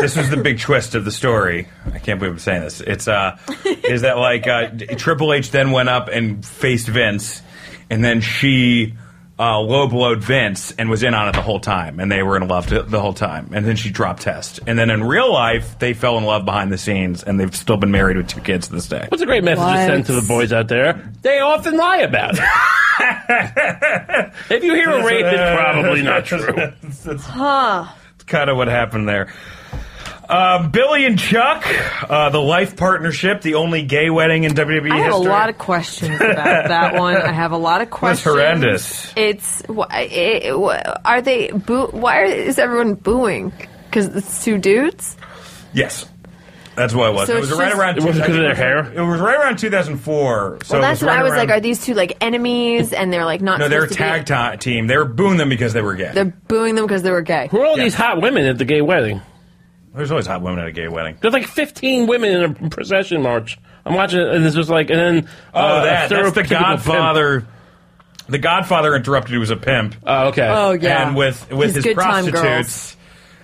Speaker 6: this was the big twist of the story? I can't believe I'm saying this. It's uh, is that like uh, D- Triple H then went up and faced Vince, and then she uh, low blowed Vince and was in on it the whole time, and they were in love to, the whole time, and then she dropped Test, and then in real life they fell in love behind the scenes, and they've still been married with two kids to this day.
Speaker 7: What's a great message to
Speaker 8: What?
Speaker 7: send to the boys out there? They often lie about it. [laughs] if you hear a rape, it's probably not true.
Speaker 6: kind of what happened there. Uh, Billy and Chuck, uh, the life partnership, the only gay wedding in WWE
Speaker 8: I have
Speaker 6: history.
Speaker 8: a lot of questions
Speaker 6: [laughs]
Speaker 8: about that one. I have a lot of
Speaker 6: That's
Speaker 8: questions.
Speaker 6: horrendous.
Speaker 8: It's wh- it, it, are they boo? Why are, is everyone booing? Because it's two dudes.
Speaker 6: Yes. That's what it was.
Speaker 8: So
Speaker 6: it was
Speaker 8: it's
Speaker 6: right
Speaker 8: just-
Speaker 6: around.
Speaker 7: It wasn't 'cause of their hair?
Speaker 6: It was right around 2004. So
Speaker 8: Well,
Speaker 6: it
Speaker 8: that's
Speaker 6: was
Speaker 8: what
Speaker 6: right
Speaker 8: I was
Speaker 6: around-
Speaker 8: like. Are these two like enemies? And they're like not.
Speaker 6: No, they're a
Speaker 8: supposed to
Speaker 6: tag
Speaker 8: be-
Speaker 6: ti- team. They were booing them because they were gay.
Speaker 8: They're booing them because they were gay.
Speaker 7: Who are all these hot women at the gay wedding?
Speaker 6: There's always hot women at a gay wedding.
Speaker 7: There's like 15 women in a procession march. I'm watching it, and it's just like, and then
Speaker 6: Oh,
Speaker 7: uh,
Speaker 6: that.
Speaker 7: a
Speaker 6: That's the
Speaker 7: stereotypical pimp.
Speaker 6: Godfather. The Godfather interrupted. He was a pimp.
Speaker 7: Oh, okay.
Speaker 8: Oh yeah.
Speaker 6: And with with his,
Speaker 8: These good time girls.
Speaker 6: prostitutes.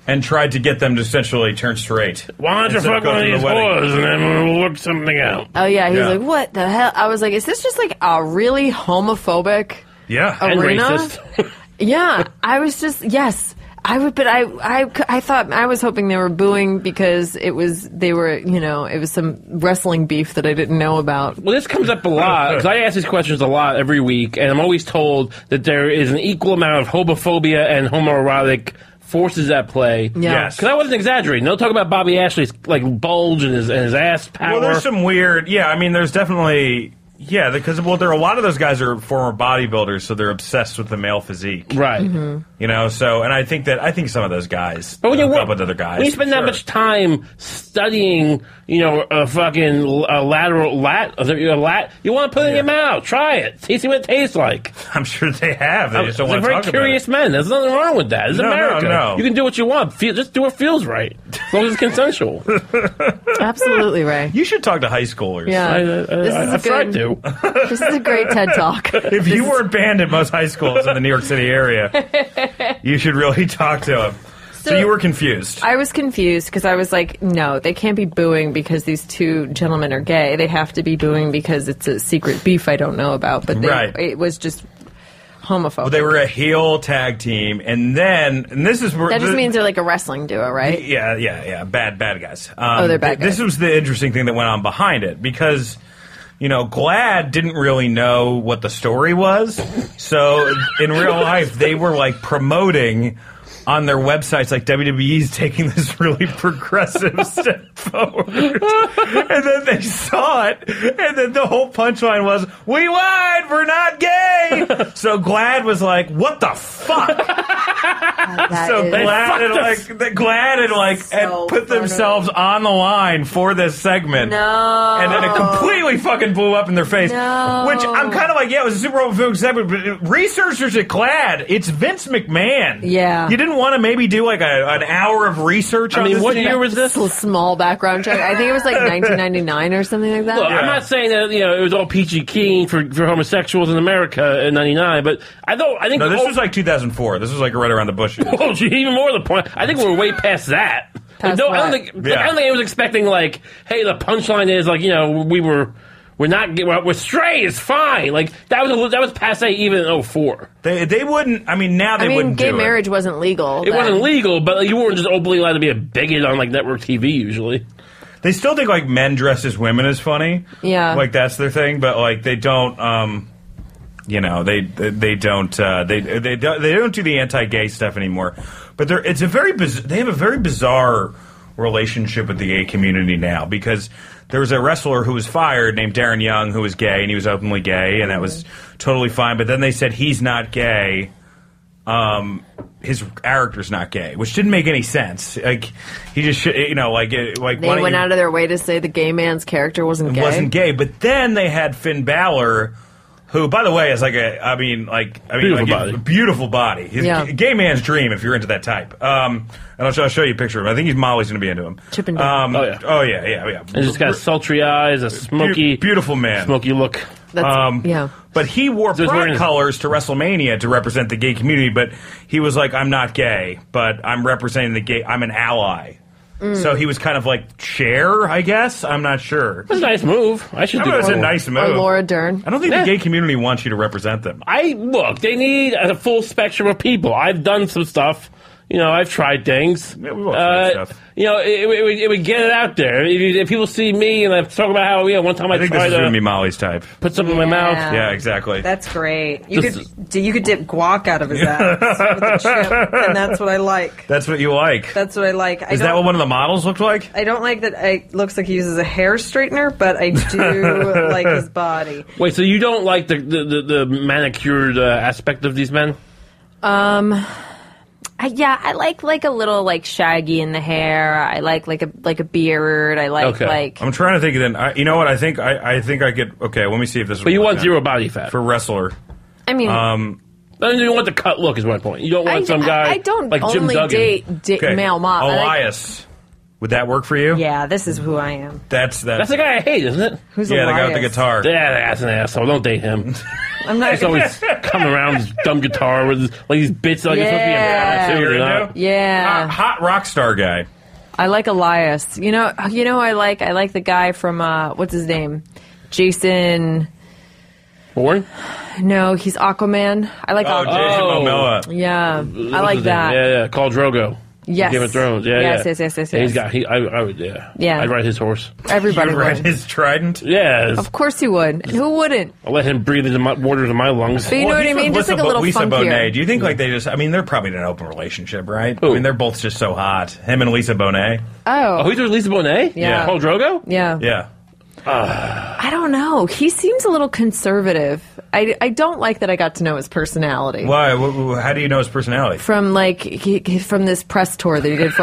Speaker 6: And tried to get them to essentially turn straight.
Speaker 7: Why don't you
Speaker 6: Instead
Speaker 7: fuck one
Speaker 6: going
Speaker 7: of
Speaker 6: to the
Speaker 7: these
Speaker 6: wedding.
Speaker 7: whores and then we'll work something out?
Speaker 8: Oh yeah, he's
Speaker 6: Yeah.
Speaker 8: like, what the hell? I was like, is this just like a really homophobic?
Speaker 6: Yeah.
Speaker 7: And
Speaker 8: Arena?
Speaker 7: racist.
Speaker 8: Yeah, I was just yes. I would, but I, I, c- I thought I was hoping they were booing because it was they were, you know, it was some wrestling beef that I didn't know
Speaker 6: [laughs]
Speaker 8: about.
Speaker 7: well, this comes up a lot because I ask these questions a lot every week, and I'm always told that there is an equal amount of homophobia and homoerotic forces at play.
Speaker 8: Yeah.
Speaker 6: Yes.
Speaker 7: Because I wasn't exaggerating. They'll talk about Bobby Ashley's like bulge and his, and his ass power.
Speaker 6: Well, there's some weird. Yeah, I mean, there's definitely. Yeah, because well, there are a lot of those guys are former bodybuilders, so they're obsessed with the male physique,
Speaker 7: right.
Speaker 6: You know, so and I think that I think some of those guys
Speaker 7: But when you
Speaker 6: hook
Speaker 7: work
Speaker 6: up with other guys,
Speaker 7: when you spend
Speaker 6: sure.
Speaker 7: that much time studying, you know, a fucking a lateral lat, is it a lat, you want to put it in your mouth. Try it. See, see what it tastes like.
Speaker 6: [laughs] I'm sure they have. They just don't
Speaker 7: They're
Speaker 6: want to
Speaker 7: very
Speaker 6: talk
Speaker 7: curious men. There's nothing wrong with that. It's
Speaker 6: No, no,
Speaker 7: America.
Speaker 6: no.
Speaker 7: You can do what you want. Feel, just do what feels right, as long as
Speaker 6: [laughs]
Speaker 7: it's consensual.
Speaker 8: Absolutely, Ray.
Speaker 6: about it. You should talk to high schoolers.
Speaker 8: Yeah,
Speaker 7: I,
Speaker 6: [laughs]
Speaker 7: I,
Speaker 8: this
Speaker 7: I,
Speaker 8: is
Speaker 7: I
Speaker 8: a
Speaker 7: tried
Speaker 8: good.
Speaker 7: to.
Speaker 8: This is a great TED talk.
Speaker 6: If you weren't banned at most high schools in the New York City area,
Speaker 8: [laughs]
Speaker 6: you should really talk to them. So,
Speaker 8: So-
Speaker 6: you were confused.
Speaker 8: I was confused because I was like, no, they can't be booing because these two gentlemen are gay. They have to be booing because it's a secret beef I don't know about. But they,
Speaker 6: Right.
Speaker 8: it was just homophobic.
Speaker 6: Well, they were a heel tag team, and then and this is where
Speaker 8: that just
Speaker 6: the-
Speaker 8: means they're like a wrestling duo, right?
Speaker 6: [laughs] Yeah, yeah, yeah. Bad, bad guys. Um,
Speaker 8: Oh, they're bad
Speaker 6: th- This
Speaker 8: guys.
Speaker 6: was the interesting thing that went on behind it because, you know, Glad didn't really know what the story was. So in real life, they were like promoting on their websites like WWE's taking this really [laughs] progressive step forward. and then they saw it and then the whole punchline was, "We lied, we're not gay." so Glad was like, "What the fuck?"
Speaker 8: That
Speaker 6: so
Speaker 8: is-
Speaker 6: glad and like they- glad and like
Speaker 8: So
Speaker 6: and put
Speaker 8: funny.
Speaker 6: themselves on the line for this segment.
Speaker 8: No.
Speaker 6: And then it completely fucking blew up in their face.
Speaker 8: No.
Speaker 6: Which I'm kind of like, yeah, it was a Super Bowl film segment, but it- researchers at Glad, it's Vince McMahon.
Speaker 8: Yeah.
Speaker 6: You didn't want to maybe do like a, an hour of research
Speaker 7: I
Speaker 6: on
Speaker 7: mean,
Speaker 6: this
Speaker 7: what
Speaker 6: thing?
Speaker 7: year was this?
Speaker 8: Just a small background check. I think it was like 1999 or something like that.
Speaker 7: Look, I'm not saying that you know it was all peachy keen for, for homosexuals in America in '99, but I don't. I think
Speaker 6: No, this
Speaker 7: oh,
Speaker 6: was like 2004. This was like right around the Bush
Speaker 7: [laughs]
Speaker 6: years.
Speaker 7: Oh, gee, even more to the point. I think we're way past that.
Speaker 8: Past
Speaker 7: no, I don't
Speaker 8: what?
Speaker 7: think. like,
Speaker 6: Yeah.
Speaker 7: I don't think I was expecting like, hey, the punchline is like, you know, we were, we're not, we're, we're straight. It's fine. Like that was a, that was passe even in 04.
Speaker 6: They, they wouldn't, I mean, now they
Speaker 8: I mean,
Speaker 6: wouldn't
Speaker 8: gay
Speaker 6: do
Speaker 8: marriage wasn't legal.
Speaker 7: It
Speaker 8: then.
Speaker 7: wasn't legal, but like, you weren't just openly allowed to be a bigot on like network TV usually.
Speaker 6: it. They still think like men dress as women is funny.
Speaker 8: Yeah.
Speaker 6: like that's their thing but like they don't um you know they they, they don't uh, they they don't they don't do the anti-gay stuff anymore but they're it's a very biz- they have a very bizarre relationship with the gay community now because there was a wrestler who was fired named Darren Young who was gay and he was openly gay and that was
Speaker 8: Mm-hmm.
Speaker 6: totally fine but then they said he's not gay um his character's not gay which didn't make any sense like he just should, you know like it- like
Speaker 8: They
Speaker 6: why don't
Speaker 8: went
Speaker 6: you-
Speaker 8: out of their way to say the gay man's character wasn't gay.
Speaker 6: wasn't gay. But then they had Finn Balor, who, by the way, is like a, I mean, like, I mean,
Speaker 7: Beautiful
Speaker 6: like
Speaker 7: body.
Speaker 6: A beautiful body. He's
Speaker 8: Yeah.
Speaker 6: a gay man's dream if you're into that type. Um, and I'll, show- I'll show you a picture of him. I think he's Molly's going to be into him.
Speaker 8: Chip and Dale.
Speaker 6: um,
Speaker 7: Oh, yeah.
Speaker 6: Oh yeah, yeah, yeah.
Speaker 7: And just got sultry eyes, a smoky,
Speaker 6: Beau- beautiful man.
Speaker 7: smoky look.
Speaker 8: That's,
Speaker 6: Um,
Speaker 8: yeah.
Speaker 6: But he wore
Speaker 7: So he's
Speaker 6: pride
Speaker 7: wearing-
Speaker 6: colors to WrestleMania to represent the gay community. But he was like, "I'm not gay, but I'm representing the gay. I'm an ally."
Speaker 8: Mm.
Speaker 6: So he was kind of like chair, I guess. I'm not sure.
Speaker 7: That's a nice move. I should
Speaker 6: I
Speaker 7: do
Speaker 6: thought it was
Speaker 7: that.
Speaker 6: a nice move.
Speaker 8: Or Laura Dern.
Speaker 6: I don't think
Speaker 7: Yeah.
Speaker 6: the gay community wants you to represent them.
Speaker 7: I look. They need a full spectrum of people. I've done some stuff. You know, I've tried things. Uh,
Speaker 6: Yeah, we've all tried stuff.
Speaker 7: You know, it, it, would- it, would, it would get it out there. If, you- if people see me and I talk about how, you know, one time I,
Speaker 6: I think this
Speaker 7: tried
Speaker 6: is going to
Speaker 7: to
Speaker 6: be Molly's type.
Speaker 7: put something in my mouth.
Speaker 6: Yeah, exactly.
Speaker 9: That's great. You
Speaker 7: Just-
Speaker 9: could d- you could dip guac out of his ass with a chip, and that's what I like.
Speaker 6: That's what you like.
Speaker 9: That's what I like. I
Speaker 6: Is that
Speaker 9: don't-
Speaker 6: what one of the models looked like?
Speaker 9: I don't like that it looks like he uses a hair straightener, but I do like his body.
Speaker 7: Wait, so you don't like the the, the, the manicured uh, aspect of these men?
Speaker 8: I, yeah, I like like a little like shaggy in the hair. I like like a like a beard. I like
Speaker 7: Okay.
Speaker 8: like
Speaker 6: I'm trying to think. Then I, you know what? I think I, I think I could. Okay, let me see if this.
Speaker 7: But you want zero body fat.
Speaker 6: for wrestler.
Speaker 8: I mean
Speaker 6: Um,
Speaker 7: I mean, you want the cut look is my point. You don't
Speaker 8: I,
Speaker 7: want some
Speaker 8: I-
Speaker 7: guy
Speaker 8: I don't
Speaker 7: like Jim
Speaker 8: only
Speaker 7: Duggan.
Speaker 8: date da-
Speaker 6: okay.
Speaker 8: male mom. I like-
Speaker 6: Elias. Would that work for you?
Speaker 9: Yeah, this is who I am.
Speaker 6: That's that. [laughs]
Speaker 7: That's the guy I hate, isn't it?
Speaker 9: Who's
Speaker 6: yeah, the guy with the
Speaker 9: Elias?
Speaker 6: guitar.
Speaker 7: Yeah, that's an asshole. Don't date him.
Speaker 9: I'm not.
Speaker 6: [laughs]
Speaker 7: He's always coming around with his dumb guitar with his, like these bits like
Speaker 8: Yeah.
Speaker 7: it's supposed to be a
Speaker 6: You're
Speaker 7: or
Speaker 6: into?
Speaker 7: not.
Speaker 8: Yeah.
Speaker 6: Uh, hot rock star guy.
Speaker 8: I like Elias. You know, you know, I like I like the guy from uh, what's his name, Jason.
Speaker 7: Boring?
Speaker 8: No, he's Aquaman. I like
Speaker 6: Oh,
Speaker 8: Aquaman.
Speaker 6: Jason
Speaker 7: Oh.
Speaker 6: Momoa.
Speaker 8: Yeah, I
Speaker 7: What's
Speaker 8: like
Speaker 7: his name?
Speaker 8: that.
Speaker 7: Yeah, yeah. Call Drogo.
Speaker 8: Yes.
Speaker 7: Game of Thrones. Yeah,
Speaker 8: Yes,
Speaker 7: yeah.
Speaker 8: yes, yes, yes,
Speaker 7: Yeah, He's
Speaker 8: yes.
Speaker 7: got. He, I, I would. Yeah.
Speaker 8: Yeah.
Speaker 7: I'd ride his horse.
Speaker 8: Everybody
Speaker 6: You read
Speaker 8: would.
Speaker 6: his trident.
Speaker 7: Yes.
Speaker 8: Of course he would. And who
Speaker 7: [laughs]
Speaker 8: wouldn't?
Speaker 7: I'll let him breathe into my water into my lungs.
Speaker 8: But you know
Speaker 6: Well,
Speaker 8: what I
Speaker 6: he's with
Speaker 8: mean? Just
Speaker 6: Lisa
Speaker 8: like a
Speaker 6: Bo-
Speaker 8: little
Speaker 6: Lisa Bonet.
Speaker 8: funkier.
Speaker 6: Do you think like they just? I mean, they're probably in an open relationship, right? I
Speaker 7: Who?
Speaker 6: mean, they're both just so hot. Him and Lisa Bonet.
Speaker 7: Oh,
Speaker 8: Oh,
Speaker 7: he's with Lisa Bonet.
Speaker 8: Yeah.
Speaker 7: Paul Drogo.
Speaker 8: yeah.
Speaker 6: Yeah.
Speaker 8: I don't know. He seems a little conservative. I, I don't like that I got to know his personality.
Speaker 6: Why? Wh- wh- How do you know his personality?
Speaker 8: From like he, he- from this press tour that he did for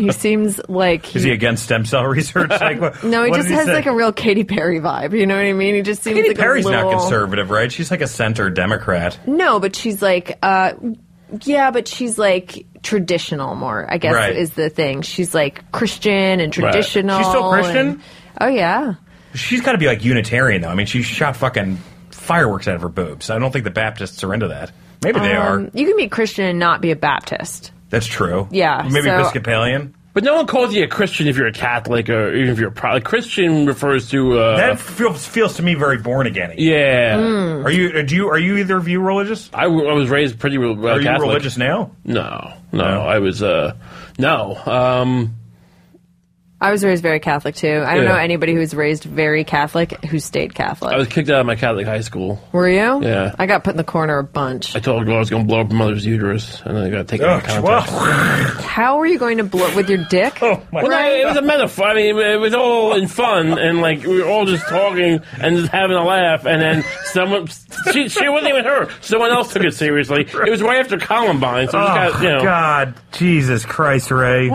Speaker 7: [laughs]
Speaker 8: he seems like he,
Speaker 6: Is he against stem cell [laughs] research? Like, what,
Speaker 8: no, he
Speaker 6: what
Speaker 8: just
Speaker 6: did
Speaker 8: has
Speaker 6: say?
Speaker 8: like a real Katy Perry vibe. You know what I mean? He just seems
Speaker 6: Katy
Speaker 8: like
Speaker 6: Perry's
Speaker 8: a little,
Speaker 6: not conservative, right? She's like a center Democrat.
Speaker 8: No, but she's like, uh, yeah, but she's like traditional more. I guess
Speaker 6: Right.
Speaker 8: is the thing. She's like Christian and traditional.
Speaker 6: She's still Christian?
Speaker 8: and- oh yeah.
Speaker 6: She's got to be like Unitarian, though. I mean, she shot fucking fireworks out of her boobs. I don't think the Baptists are into that. Maybe they are.
Speaker 8: Um, you can be Christian and not be a Baptist.
Speaker 6: That's true.
Speaker 8: yeah,
Speaker 6: Maybe
Speaker 8: so-
Speaker 6: Episcopalian.
Speaker 7: But no one calls you a Christian if you're a Catholic or even if you're a pro- like, Christian refers to. Uh,
Speaker 6: That feels feels to me very born again.
Speaker 7: yeah.
Speaker 6: Are you? uh, Do you? Are you either of you religious?
Speaker 7: I, w- I was raised pretty re- uh,
Speaker 6: Are you
Speaker 7: Catholic.
Speaker 6: religious now?
Speaker 7: No, no, I was uh no. Um
Speaker 8: I was raised very Catholic too. I don't
Speaker 7: Yeah.
Speaker 8: know anybody who was raised very Catholic who stayed Catholic.
Speaker 7: I was kicked out of my Catholic high school.
Speaker 8: Were you?
Speaker 7: Yeah.
Speaker 8: I got put in the corner a bunch.
Speaker 7: I told girl I was going to blow up my mother's uterus, and then I got taken out
Speaker 6: Oh,
Speaker 7: of contest. Well,
Speaker 6: well, [laughs]
Speaker 8: How are you going to blow with your dick?
Speaker 6: Oh, my
Speaker 7: no, it was a metaphor. I mean, it was all in fun, and like we were all just talking and just having a laugh. And then someone, she, she wasn't even her. Someone else took it seriously. It was right after Columbine, so we just got you know.
Speaker 6: Oh, God, Jesus Christ, Ray!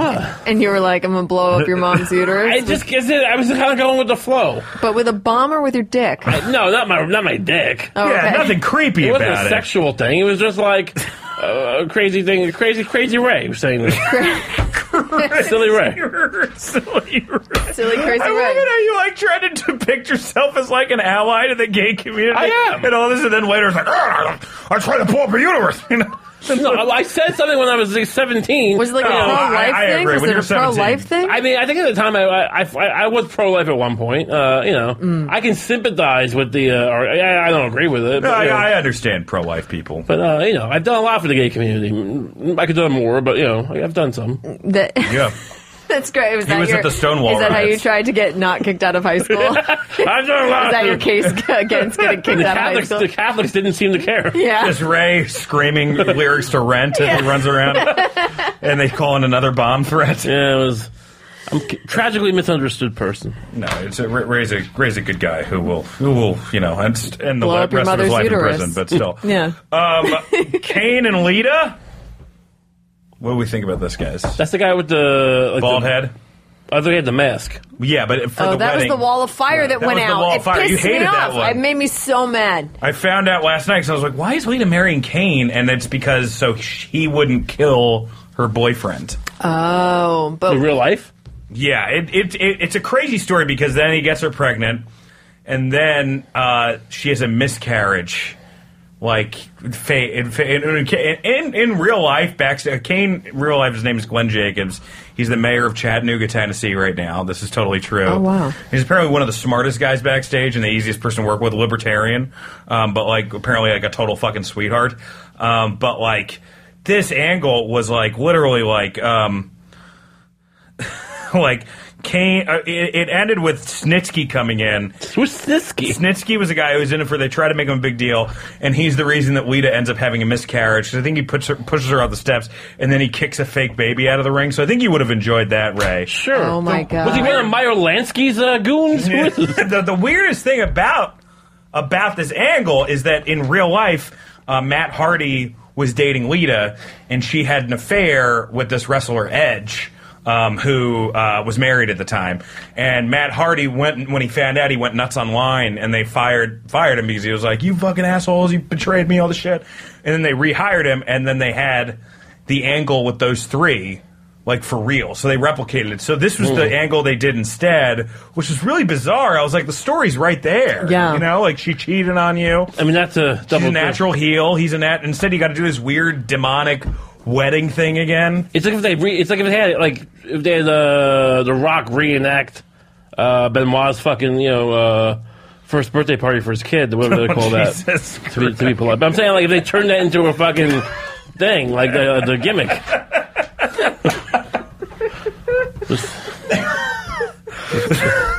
Speaker 8: And you were like, I'm gonna blow up your
Speaker 6: [laughs]
Speaker 8: mom's uterus,
Speaker 7: I just guess it. I was kind of going with the flow.
Speaker 8: but with a bomb or with your dick.
Speaker 7: No, not my not my dick.
Speaker 8: Oh,
Speaker 6: Yeah,
Speaker 8: okay.
Speaker 6: nothing creepy
Speaker 7: It wasn't
Speaker 6: about [laughs]
Speaker 7: a sexual thing. It was just like uh, a crazy thing. Crazy, crazy Ray was
Speaker 8: [laughs]
Speaker 7: saying this. Silly Ray.
Speaker 6: it. Silly Ray.
Speaker 8: Silly crazy
Speaker 6: I love
Speaker 8: Ray.
Speaker 6: it how you like trying to depict yourself as like an ally to the gay community.
Speaker 7: I am.
Speaker 6: and all this, and then later it's like, "Ah, I try to pull up a uterus. [laughs] You know,
Speaker 7: No, I I said something when I was like, 17.
Speaker 8: Was it like
Speaker 6: No,
Speaker 8: a pro life
Speaker 6: I- I
Speaker 8: thing?
Speaker 6: agree.
Speaker 8: Was
Speaker 6: When
Speaker 8: it a
Speaker 6: you're 17.
Speaker 8: pro life thing?
Speaker 7: I mean, I think at the time I I, I, I was pro life at one point. Uh, you know,
Speaker 8: Mm.
Speaker 7: I can sympathize with the. Uh, or, I, I don't agree with it. But,
Speaker 6: I,
Speaker 7: you know,
Speaker 6: I understand pro-life people.
Speaker 7: but uh, you know, I've done a lot for the gay community. Mm, I could do more, but you know, I've done
Speaker 8: [laughs]
Speaker 7: some.
Speaker 8: That-
Speaker 6: Yeah,
Speaker 8: that's great. Was
Speaker 6: He
Speaker 8: that
Speaker 6: was
Speaker 8: your,
Speaker 6: at the Stonewall
Speaker 8: Is that how you
Speaker 6: riots.
Speaker 8: tried to get not kicked out of high
Speaker 6: [laughs]
Speaker 8: school?
Speaker 7: I've done a lot.
Speaker 8: Is that your
Speaker 7: for-
Speaker 8: case [laughs] against getting
Speaker 7: The
Speaker 8: kicked out of high
Speaker 7: Catholics,
Speaker 8: school?
Speaker 7: the Catholics didn't seem to care.
Speaker 8: [laughs] yeah.
Speaker 6: Just Ray screaming lyrics to Rent as he runs around, and they call in another bomb threat.
Speaker 7: Yeah, it was. I'm a tragically misunderstood person.
Speaker 6: No, it's a, Ray- Ray's a Ray's a good guy who will who will you know and st- end the
Speaker 8: Blow
Speaker 6: li-
Speaker 8: up your
Speaker 6: rest of his
Speaker 8: mother's
Speaker 6: life
Speaker 8: uterus.
Speaker 6: in prison, but still.
Speaker 8: [laughs] Yeah.
Speaker 6: Um,
Speaker 8: [laughs]
Speaker 6: Kane and Lita. What do we think about this, guys?
Speaker 7: That's the guy with the like
Speaker 6: Bald
Speaker 7: the,
Speaker 6: head.
Speaker 7: I think he had the mask.
Speaker 6: Yeah, but for
Speaker 8: Oh,
Speaker 6: the
Speaker 8: that
Speaker 6: wedding,
Speaker 8: was the wall of fire that,
Speaker 6: That
Speaker 8: went
Speaker 6: was the
Speaker 8: out.
Speaker 6: wall of
Speaker 8: it
Speaker 6: fire.
Speaker 8: pissed
Speaker 6: You hated
Speaker 8: me
Speaker 6: that
Speaker 8: off.
Speaker 6: one.
Speaker 8: It made me so mad.
Speaker 6: I found out last night because I was like, "Why is Lita marrying Kane?" And it's because so she wouldn't kill her boyfriend.
Speaker 8: Oh, but
Speaker 7: In real life,
Speaker 6: Yeah, it, it, it, it's a crazy story because then he gets her pregnant, and then uh, she has a miscarriage. Like fa- in, fa- in, in in real life, Baxter Kane. Real life, his name is Glenn Jacobs. He's the mayor of Chattanooga, Tennessee, right now. This is totally true.
Speaker 8: Oh, wow.
Speaker 6: He's apparently one of the smartest guys backstage and the easiest person to work with, libertarian, um, but like apparently like a total fucking sweetheart. Um, but like this angle was like literally like um, [laughs] like Kane. Uh, it, it ended with Snitsky coming in.
Speaker 7: Swistiski.
Speaker 6: Snitsky was a guy who was in it for they try to make him a big deal, and he's the reason that Lita ends up having a miscarriage. 'cause I think he puts her, pushes her out the steps, and then he kicks a fake baby out of the ring. So I think you would have enjoyed that, Ray.
Speaker 7: Sure.
Speaker 8: Oh, my
Speaker 7: The- Was he
Speaker 8: God.
Speaker 7: one of Meyer Lansky's
Speaker 6: [laughs]
Speaker 7: uh, goons? Who is this?
Speaker 6: the, the weirdest thing about about this angle is that in real life, uh, Matt Hardy was dating Lita, and she had an affair with this wrestler Edge. Um, who uh, was married at the time, and Matt Hardy went when he found out he went nuts online, and they fired fired him because he was like, "You fucking assholes, you betrayed me, all the shit," and then they rehired him, and then they had the angle with those three like for real. So they replicated it. So this was the angle they did instead, which was really bizarre. I was like, the story's right there.
Speaker 8: Yeah.
Speaker 6: You know, like she cheated on you.
Speaker 7: I mean, that's a double
Speaker 6: She's a
Speaker 7: thing.
Speaker 6: natural heel. He's a nat. Instead, you got to do this weird demonic wedding thing again.
Speaker 7: It's like if they re- it's like if they had like if they had uh, the Rock reenact uh, Benoit's fucking you know uh, first birthday party for his kid, whatever they
Speaker 6: Oh,
Speaker 7: call that
Speaker 6: Jesus
Speaker 7: to be, to be polite. But I'm saying like if they turned that into a fucking thing, like the the gimmick. Just-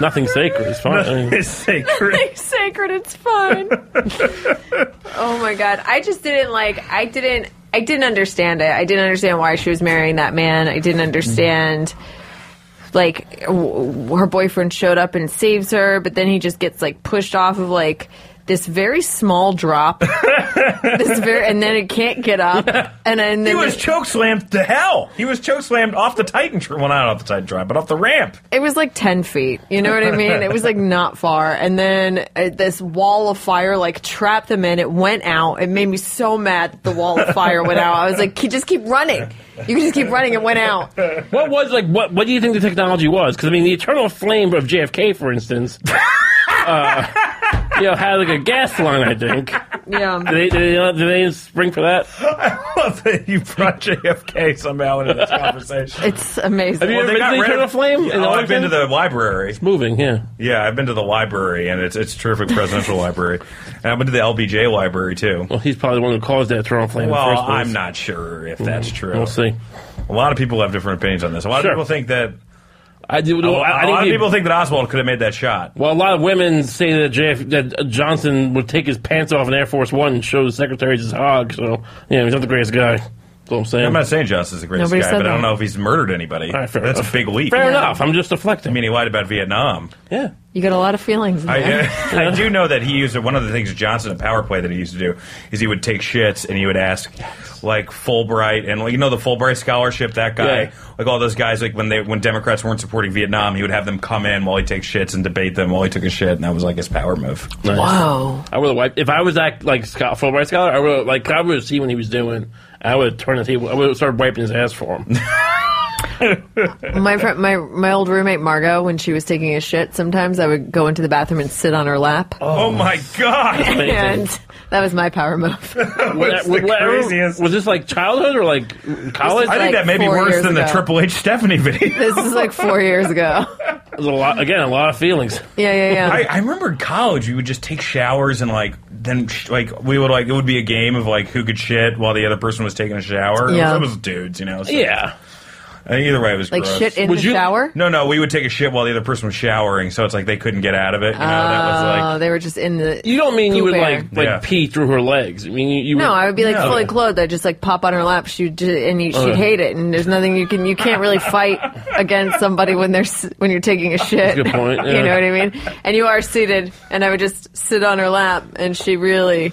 Speaker 7: Nothing sacred. It's fine. I mean,
Speaker 6: It's [laughs] sacred.
Speaker 8: [laughs] sacred.
Speaker 6: [laughs]
Speaker 8: It's fine. oh my god! I just didn't like. I didn't. I didn't understand it. I didn't understand why she was marrying that man. I didn't understand. Like w- w- her boyfriend showed up and saves her, but then he just gets like pushed off of like this very
Speaker 6: [laughs]
Speaker 8: small drop. this very, and then it can't get up, and then
Speaker 6: He was choke slammed to hell. He was choke slammed off the Titan. Tr- well, not off the Titan Drive, but off the ramp. [laughs]
Speaker 8: it was like 10 feet you know what i mean
Speaker 7: [laughs]
Speaker 8: it was like not far and then uh, this wall of fire like trapped them in it went out it made me so mad that the wall of fire went out i was like "Ke- just keep running you can just keep running it went out
Speaker 7: what was like? What What do you think the technology was? Because I mean, the eternal flame of JFK, for instance, [laughs] uh, you know, had like a gas line. I think.
Speaker 8: yeah
Speaker 7: Do they, do they, uh, do they spring for that?
Speaker 6: I love that you brought JFK somehow into this
Speaker 7: [laughs]
Speaker 6: conversation.
Speaker 8: it's amazing
Speaker 7: you
Speaker 6: Well,
Speaker 7: ever
Speaker 6: they
Speaker 7: been
Speaker 6: got
Speaker 7: to the
Speaker 6: rid
Speaker 7: Eternal
Speaker 6: of-
Speaker 7: Flame?
Speaker 6: Oh, I've been to the library.
Speaker 7: moving. Yeah,
Speaker 6: Yeah, I've been to the library, and it's it's terrific presidential [laughs] library. And I've been to the LBJ library too.
Speaker 7: well, he's probably the one who caused that Eternal Flame. in the
Speaker 6: Well,
Speaker 7: first place. Mm-hmm.
Speaker 6: I'm not sure if that's true.
Speaker 7: We'll see.
Speaker 6: A lot of people have different opinions on this. A lot
Speaker 7: Sure.
Speaker 6: of people think that
Speaker 7: I do.
Speaker 6: a
Speaker 7: Well, I, I think
Speaker 6: lot
Speaker 7: he-
Speaker 6: of people think that Oswald could have made that shot.
Speaker 7: well, a lot of women say that JF, that uh, Johnson would take his pants off in Air Force One and show the secretaries his hog. So yeah, he's not the greatest guy. That's what I'm saying.
Speaker 6: I'm not saying Johnson's the greatest
Speaker 8: Nobody
Speaker 6: guy,
Speaker 8: said
Speaker 6: but I don't
Speaker 8: that.
Speaker 6: know if he's murdered anybody.
Speaker 7: All right, fair
Speaker 6: That's
Speaker 7: enough.
Speaker 6: a big leap.
Speaker 7: Fair
Speaker 6: I
Speaker 7: enough. I'm just deflecting.
Speaker 6: mean, he lied about Vietnam.
Speaker 7: yeah.
Speaker 8: you got a lot of feelings in there. [laughs]
Speaker 6: I, I do know that he used to, one of the things Johnson in power play that he used to do is he would take shits and he would ask like Fulbright and like, you know the Fulbright scholarship that guy
Speaker 7: Yeah.
Speaker 6: like all those guys like when they when Democrats weren't supporting Vietnam he would have them come in while he takes shits and debate them while he took a shit and that was like his power move.
Speaker 8: wow
Speaker 7: I would have wiped. If I was act like Scott Fulbright scholar, I would like I would have seen what he was doing. I would have turned the table. I would have started wiping his ass for
Speaker 8: [laughs]
Speaker 7: him.
Speaker 8: my friend my my old roommate margot when she was taking a shit sometimes i would go into the bathroom and sit on her lap
Speaker 6: Oh, my
Speaker 8: [laughs]
Speaker 6: god.
Speaker 7: Amazing.
Speaker 8: and that was my power move [laughs]
Speaker 6: the
Speaker 7: What- what- what-
Speaker 6: craziest.
Speaker 7: Was this like childhood or like college?
Speaker 6: I think
Speaker 8: Like
Speaker 6: that may be
Speaker 8: four
Speaker 6: worse
Speaker 8: years
Speaker 6: than the
Speaker 8: ago.
Speaker 6: Triple H Stephanie [laughs] video.
Speaker 8: this is like four years ago
Speaker 7: It was a lot again, a lot of feelings.
Speaker 8: yeah yeah yeah
Speaker 6: I, I remember in college we would just take showers and like then sh- like we would like it would be a game of like who could shit while the other person was taking a shower. It
Speaker 8: Yeah.
Speaker 6: was, it was dudes, you know. so-
Speaker 7: Yeah.
Speaker 6: Uh, Either way, it was
Speaker 8: like
Speaker 6: gross.
Speaker 8: shit in
Speaker 7: Would
Speaker 8: the
Speaker 7: you-
Speaker 8: shower
Speaker 6: No, no, we would take a shit while the other person was showering, so it's like they couldn't get out of it. You know, that
Speaker 8: Oh,
Speaker 6: was like
Speaker 8: they were just in the.
Speaker 7: You don't mean you would
Speaker 8: Pooh Bear.
Speaker 7: like like
Speaker 6: Yeah.
Speaker 7: pee through her legs. I mean, you, you
Speaker 8: No, I would be like
Speaker 6: No.
Speaker 8: fully clothed. I'd just like pop on her lap. She'd ju- and you, she'd
Speaker 7: yeah.
Speaker 8: hate it. And there's nothing you can. You can't really fight against somebody when they're s- when you're taking a shit.
Speaker 7: a good point, yeah.
Speaker 8: [laughs] you know what I mean? And you are seated, and I would just sit on her lap, and she really.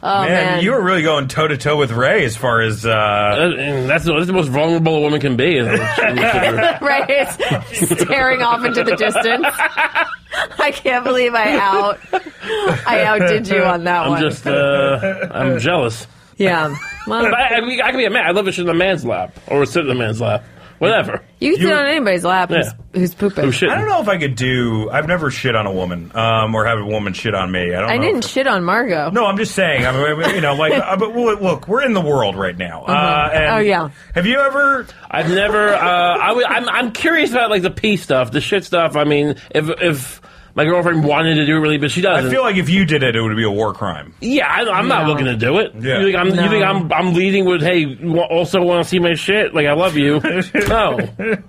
Speaker 8: Oh man,
Speaker 6: man, you were really going toe to toe with Ray as far as [laughs] uh,
Speaker 7: That- and that's, the- that's the most vulnerable a woman can be. is-
Speaker 8: [laughs] [laughs] right? It's staring off into the distance. [laughs] I can't believe I out. I outdid you on that
Speaker 7: I'm
Speaker 8: one.
Speaker 7: just, uh, I'm jealous.
Speaker 8: yeah. Well,
Speaker 7: [laughs] But I, I, mean, I can be a man. I love to shit in a man's lap or sit in a man's lap, whatever.
Speaker 8: you can sit
Speaker 6: You-
Speaker 8: on anybody's lap who's,
Speaker 7: Yeah.
Speaker 8: who's pooping.
Speaker 7: Who shit?
Speaker 6: I don't know if I could do. I've never shit on a woman, um, or have a woman shit on me. I don't.
Speaker 8: I
Speaker 6: know
Speaker 8: didn't
Speaker 6: if-
Speaker 8: shit on Margot.
Speaker 6: no, I'm just saying. I mean, you know, like, uh, but w- look, we're in the world right now. Uh, and
Speaker 8: Oh, yeah.
Speaker 6: Have you ever?
Speaker 7: I've never. Uh, I would, I'm, I'm curious about like the pee stuff, the shit stuff. I mean, if if my girlfriend wanted to do it, really, but she
Speaker 6: I
Speaker 7: doesn't.
Speaker 6: feel like if you did it, it would be a war crime.
Speaker 7: yeah, I, I'm not
Speaker 8: No.
Speaker 7: looking to do it.
Speaker 6: Yeah.
Speaker 7: You think I'm? You
Speaker 8: No.
Speaker 7: think I'm? I'm leading with, hey, you wa- also want to see my shit? Like I
Speaker 6: [laughs]
Speaker 7: love you. no,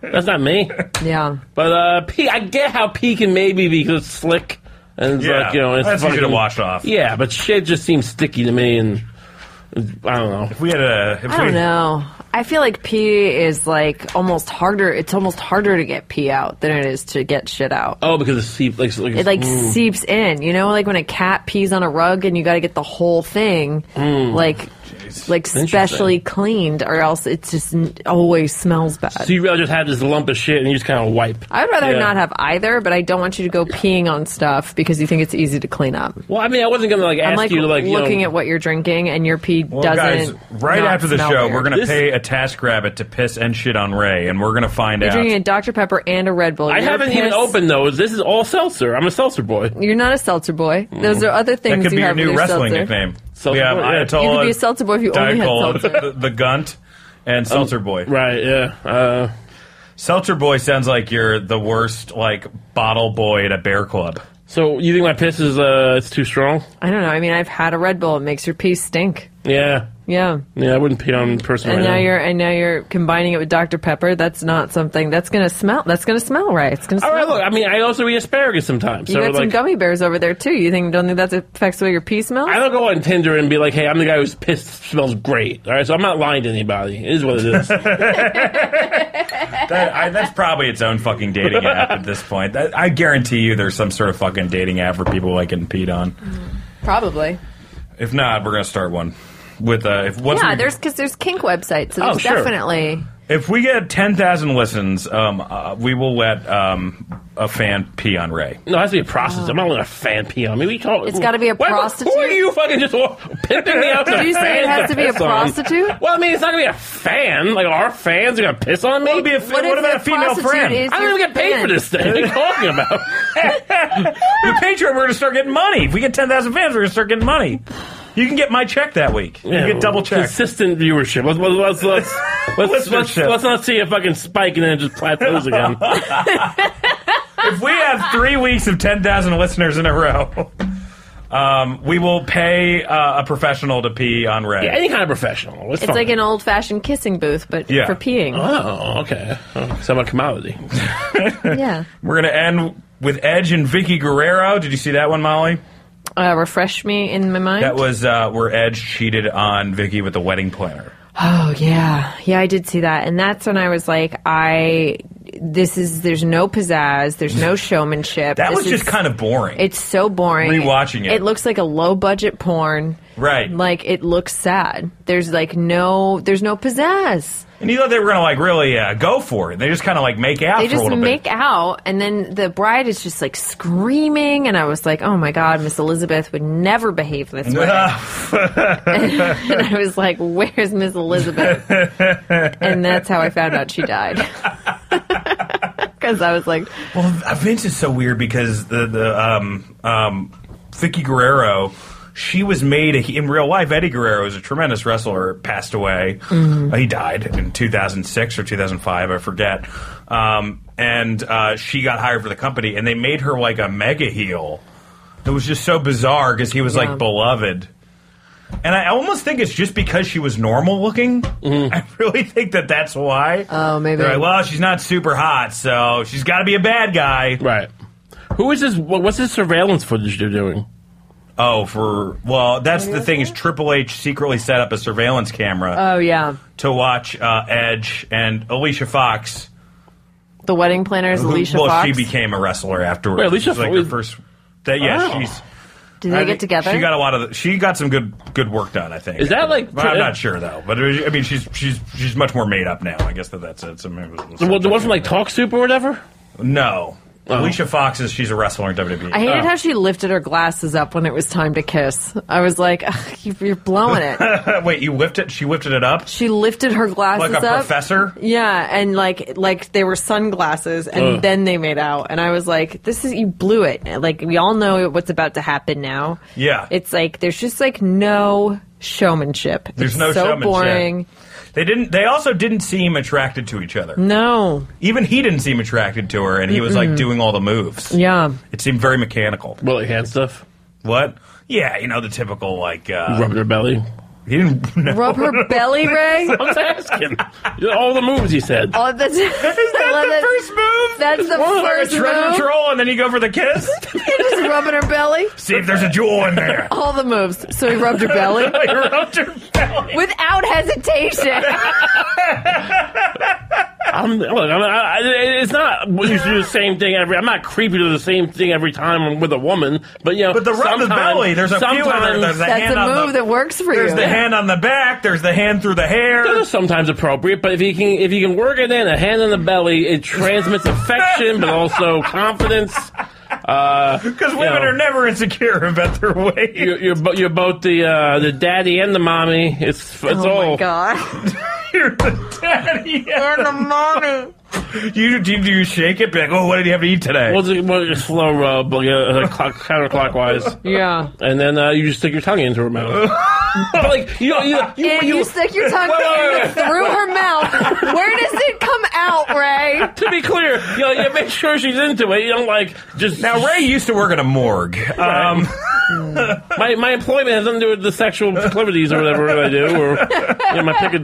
Speaker 7: that's not me.
Speaker 8: Yeah.
Speaker 7: But uh, pee, I get how pee can maybe be 'cause it's slick and it's
Speaker 6: Yeah,
Speaker 7: like you know, it's
Speaker 6: that's easy to
Speaker 7: fucking-
Speaker 6: wash off.
Speaker 7: Yeah, but shit just seems sticky to me, and I don't know.
Speaker 6: If we had a, if
Speaker 8: I
Speaker 6: we,
Speaker 8: don't know. I feel like pee is like almost harder. It's almost harder to get pee out than it is to get shit out.
Speaker 7: Oh, because it seeps like, like
Speaker 8: It like
Speaker 7: mm.
Speaker 8: seeps in, you know, like when a cat pees on a rug and you got to get the whole thing. Like
Speaker 6: Jeez.
Speaker 8: like
Speaker 7: Mm. Interesting.
Speaker 8: specially cleaned, or else it just n- always smells bad.
Speaker 7: So you rather just have this lump of shit and you just kind of wipe.
Speaker 8: I would rather
Speaker 7: Yeah.
Speaker 8: not have either, but I don't want you to go peeing on stuff because you think it's easy to clean up.
Speaker 7: Well, I mean, I wasn't gonna like ask
Speaker 8: I'm like,
Speaker 7: you to like
Speaker 8: looking
Speaker 7: you know,
Speaker 8: at what you're drinking, and your pee
Speaker 6: Well, guys,
Speaker 8: doesn't.
Speaker 6: right
Speaker 8: not
Speaker 6: after the
Speaker 8: smell
Speaker 6: show,
Speaker 8: weird.
Speaker 6: we're going to
Speaker 7: This-
Speaker 6: pay a task rabbit to piss and shit on Ray, and we're going to find
Speaker 8: You're
Speaker 6: out.
Speaker 8: drinking a Dr Pepper and a Red Bull.
Speaker 7: I
Speaker 8: You're
Speaker 7: haven't even
Speaker 8: pissed.
Speaker 7: opened those. This is all seltzer. I'm a seltzer boy.
Speaker 8: You're not a seltzer boy. Those are other things
Speaker 6: that could
Speaker 8: you
Speaker 6: be your
Speaker 8: have
Speaker 6: new
Speaker 8: with
Speaker 6: wrestling
Speaker 8: seltzer.
Speaker 6: nickname.
Speaker 7: Seltzer
Speaker 6: we have
Speaker 7: boy, yeah.
Speaker 6: Ayatollah,
Speaker 8: You could be a seltzer boy if you only
Speaker 6: Diet
Speaker 8: had
Speaker 6: Cola,
Speaker 8: seltzer.
Speaker 6: the, the Gunt, and Seltzer Boy.
Speaker 7: Oh. Right? Yeah. Uh,
Speaker 6: Seltzer Boy sounds like you're the worst like bottle boy at a bear club.
Speaker 7: so you think my piss is uh, it's too strong?
Speaker 8: I don't know. I mean, I've had a Red Bull. It makes your pee stink.
Speaker 7: Yeah.
Speaker 8: Yeah.
Speaker 7: Yeah, I wouldn't pee on a person
Speaker 8: And
Speaker 7: right
Speaker 8: now
Speaker 7: now.
Speaker 8: you're and now you're combining it with Dr Pepper. That's not something that's gonna smell. That's gonna smell right. It's gonna smell.
Speaker 7: all right, look. I mean, I also eat asparagus sometimes.
Speaker 8: you
Speaker 7: so
Speaker 8: got some
Speaker 7: like,
Speaker 8: gummy bears over there too. You think don't think that affects the way your pee smells?
Speaker 7: I don't go on Tinder and be like, "Hey, I'm the guy who's pissed smells great." All right, so I'm not lying to anybody. It is what it
Speaker 8: [laughs]
Speaker 7: is.
Speaker 6: That, I, that's probably its own fucking dating app at this point. That, I guarantee you, there's some sort of fucking dating app for people like getting peed on.
Speaker 8: Probably.
Speaker 6: If not, we're gonna start one. With uh, if once
Speaker 8: Yeah,
Speaker 6: we,
Speaker 8: there's because there's kink websites, so
Speaker 7: Oh,
Speaker 8: there's
Speaker 7: sure.
Speaker 8: definitely.
Speaker 6: if we get ten thousand listens, um, uh, we will let um a fan pee on Ray.
Speaker 7: no, it has to be a prostitute. I'm not letting a fan pee on me. We talk,
Speaker 8: Oh. It's gotta be a
Speaker 7: Why the-
Speaker 8: prostitute?
Speaker 7: Who are you fucking just wa- pimping me out?
Speaker 8: Did
Speaker 7: to
Speaker 8: you say it
Speaker 7: fans
Speaker 8: has to be a
Speaker 7: piss on?
Speaker 8: prostitute?
Speaker 7: Well, I mean, it's not gonna be a fan. Like our fans are gonna piss on me.
Speaker 6: It'll be a f-
Speaker 8: What,
Speaker 6: what
Speaker 8: if
Speaker 6: about
Speaker 8: the
Speaker 6: a female
Speaker 8: prostitute
Speaker 6: friend?
Speaker 8: is
Speaker 7: I don't
Speaker 8: your
Speaker 7: even get paid
Speaker 8: friend?
Speaker 7: for this thing. What are you talking about?
Speaker 6: The Patreon, we're gonna start getting money. If we get ten thousand fans, we're gonna start getting money. You can get my check that week. [laughs] You
Speaker 7: Yeah,
Speaker 6: can get double check.
Speaker 7: Consistent viewership. Let's let's
Speaker 6: [laughs]
Speaker 7: let's let's, let's, let's,
Speaker 6: Listenership.
Speaker 7: let's not see a fucking spike and then it just plateaus
Speaker 8: [laughs]
Speaker 7: again.
Speaker 6: if we have three weeks of 10,000 listeners in a row, [laughs] um, we will pay uh, a professional to pee on Ray.
Speaker 7: Any kind of professional.
Speaker 8: It's like an old fashioned kissing booth, but
Speaker 6: Yeah. Uh-huh.
Speaker 8: for peeing.
Speaker 7: Oh, okay. Oh, so I'm a commodity.
Speaker 8: yeah.
Speaker 6: We're going to end with Edge and Vicky Guerrero. Did you see that one, Molly?
Speaker 8: Uh, refresh me in my mind.
Speaker 6: That was uh, where Edge cheated on Vicky with the wedding planner.
Speaker 8: oh yeah, yeah, I did see that, and that's when I was like, I. This is there's no pizzazz, there's
Speaker 6: [laughs]
Speaker 8: no showmanship.
Speaker 6: That
Speaker 8: This
Speaker 6: was just
Speaker 8: is-
Speaker 6: kind of boring.
Speaker 8: It's so boring.
Speaker 6: Rewatching it.
Speaker 8: it looks like a low budget porn.
Speaker 6: Right.
Speaker 8: Like it looks sad. There's like no, there's no pizzazz.
Speaker 6: and you thought they were going to like really uh, go for it. They just kind of like make out
Speaker 8: They
Speaker 6: for a
Speaker 8: just
Speaker 6: little
Speaker 8: make
Speaker 6: bit.
Speaker 8: out, and then the bride is just like screaming, and I was like, "Oh my god, Miss Elizabeth would never behave this
Speaker 6: [laughs]
Speaker 8: way." and [laughs] I was like, "Where's Miss Elizabeth?"
Speaker 6: [laughs]
Speaker 8: and that's how I found out she died. [laughs] Because I was like,
Speaker 6: Well, uh, Vince is so weird because the the um um Vicky Guerrero. She was made a, in real life. Eddie Guerrero is a tremendous wrestler. Passed away.
Speaker 8: Mm-hmm.
Speaker 6: Uh, He died in 2006 or 2005, I forget. Um, and uh, she got hired for the company, and they made her like a mega heel. It was just so bizarre because he was
Speaker 8: Yeah.
Speaker 6: like beloved. And I almost think it's just because she was normal looking. [laughs] I really think that that's why.
Speaker 8: Mm-hmm. Oh, maybe.
Speaker 6: They're like, well, she's not super hot, so she's got to be a bad guy.
Speaker 7: Right. Who is this? what- What's this surveillance footage they're doing?
Speaker 6: Oh, for well, that's the thing is Triple H secretly set up a surveillance camera
Speaker 8: "Oh yeah,
Speaker 6: to watch uh, Edge and Alicia Fox.
Speaker 8: the wedding planner is
Speaker 6: who-
Speaker 8: Alicia
Speaker 6: well,
Speaker 8: Fox."
Speaker 6: she became a wrestler afterwards.
Speaker 7: Wait, Alicia
Speaker 6: She's like
Speaker 7: Fox-
Speaker 6: her first. That, yeah,
Speaker 7: Oh.
Speaker 6: she's.
Speaker 8: Did they
Speaker 6: I
Speaker 8: get
Speaker 6: think
Speaker 8: together?
Speaker 6: She got a lot of. The, she got some good good work done. I think.
Speaker 7: Is that like-
Speaker 6: Well, I'm not sure though, but it was- I mean, she's she's she's much more made up now. I guess that that's it. So maybe it was-
Speaker 7: The, one- the one from like Talk Soup or whatever?
Speaker 6: No.
Speaker 7: Oh.
Speaker 6: Alicia Fox is she's a wrestler in E. WWE.
Speaker 8: I hated how she lifted her glasses up when it was time to kiss. I was like, Ugh, you- "You're blowing
Speaker 6: [laughs] [laughs]
Speaker 8: it."
Speaker 6: Wait, you whipped it? She whipped it up
Speaker 8: She lifted her glasses
Speaker 6: like a
Speaker 8: up.
Speaker 6: professor.
Speaker 8: Yeah, and like like they were sunglasses, and
Speaker 7: Ugh.
Speaker 8: then they made out, and I was like, "This is you blew it." Like we all know what's about to happen now.
Speaker 6: Yeah.
Speaker 8: it's like there's just like no showmanship.
Speaker 6: There's
Speaker 8: It's
Speaker 6: no
Speaker 8: so
Speaker 6: showmanship.
Speaker 8: boring.
Speaker 6: They didn't. They also didn't seem attracted to each other.
Speaker 8: No,
Speaker 6: Even he didn't seem attracted to her, and he was like doing all the moves.
Speaker 8: yeah,
Speaker 6: It seemed very mechanical.
Speaker 7: Well, like hand stuff.
Speaker 6: What? Yeah, you know the typical like. Uh,
Speaker 7: Rubbing her belly.
Speaker 6: he didn't. [laughs] No.
Speaker 8: rub her belly, Ray.
Speaker 7: I'm just asking. All the moves he said.
Speaker 6: Uh,
Speaker 8: Oh, that's, [laughs]
Speaker 6: Is that the first move?
Speaker 8: That's the
Speaker 6: Well, like
Speaker 8: first
Speaker 6: a treasure
Speaker 8: move.
Speaker 6: troll, and then you go for the
Speaker 8: [laughs]
Speaker 6: kiss.
Speaker 8: Just rubbing her belly.
Speaker 6: See if there's a jewel in
Speaker 8: [laughs]
Speaker 6: there. [laughs]
Speaker 8: All the moves. So he rubbed her belly
Speaker 6: Like, rubbed her belly.
Speaker 8: without hesitation.
Speaker 7: I'm, look, I'm, I, I- it's not when you do the same thing every. I'm not creepy to the same thing every time with a woman, but you know.
Speaker 6: But the rub the
Speaker 7: sometime-
Speaker 6: belly, there's a few of them.
Speaker 7: sometimes-
Speaker 6: There's that-
Speaker 8: That's
Speaker 6: hand
Speaker 8: a
Speaker 6: on
Speaker 8: move
Speaker 6: the-
Speaker 8: that works for
Speaker 6: There's
Speaker 8: you. Oh
Speaker 6: the hand on the back. There's the hand through the hair.
Speaker 8: [laughs]
Speaker 7: Those are sometimes appropriate, but if you can if you can work it in, a hand on the belly, it transmits affection, but also confidence.
Speaker 6: Because women
Speaker 7: know.
Speaker 6: are never insecure about their weight.
Speaker 7: You're, you're, bo- you're both the uh, the daddy and the mommy. It's it's
Speaker 9: Oh
Speaker 7: all.
Speaker 9: my god.
Speaker 6: [laughs] You're the daddy.
Speaker 9: In the morning.
Speaker 6: You do, you- do you shake it? Be like, oh, what did you have to eat today?
Speaker 7: Well, it's a- well, it's a slow rub, like uh, uh, clock, counterclockwise,
Speaker 9: Yeah.
Speaker 7: and then uh, you just stick your tongue into her mouth. but like you, don't- you, you,
Speaker 8: and you, stick your tongue
Speaker 6: uh,
Speaker 8: through her mouth. Where does it come
Speaker 6: [laughs]
Speaker 8: out, Ray?
Speaker 7: to be clear, you, know, you make sure she's into it. You don't like just
Speaker 6: now Ray used to work at a morgue. Um,
Speaker 7: My, my employment has nothing to do with the sexual proclivities or whatever that I do, or you know, my picket.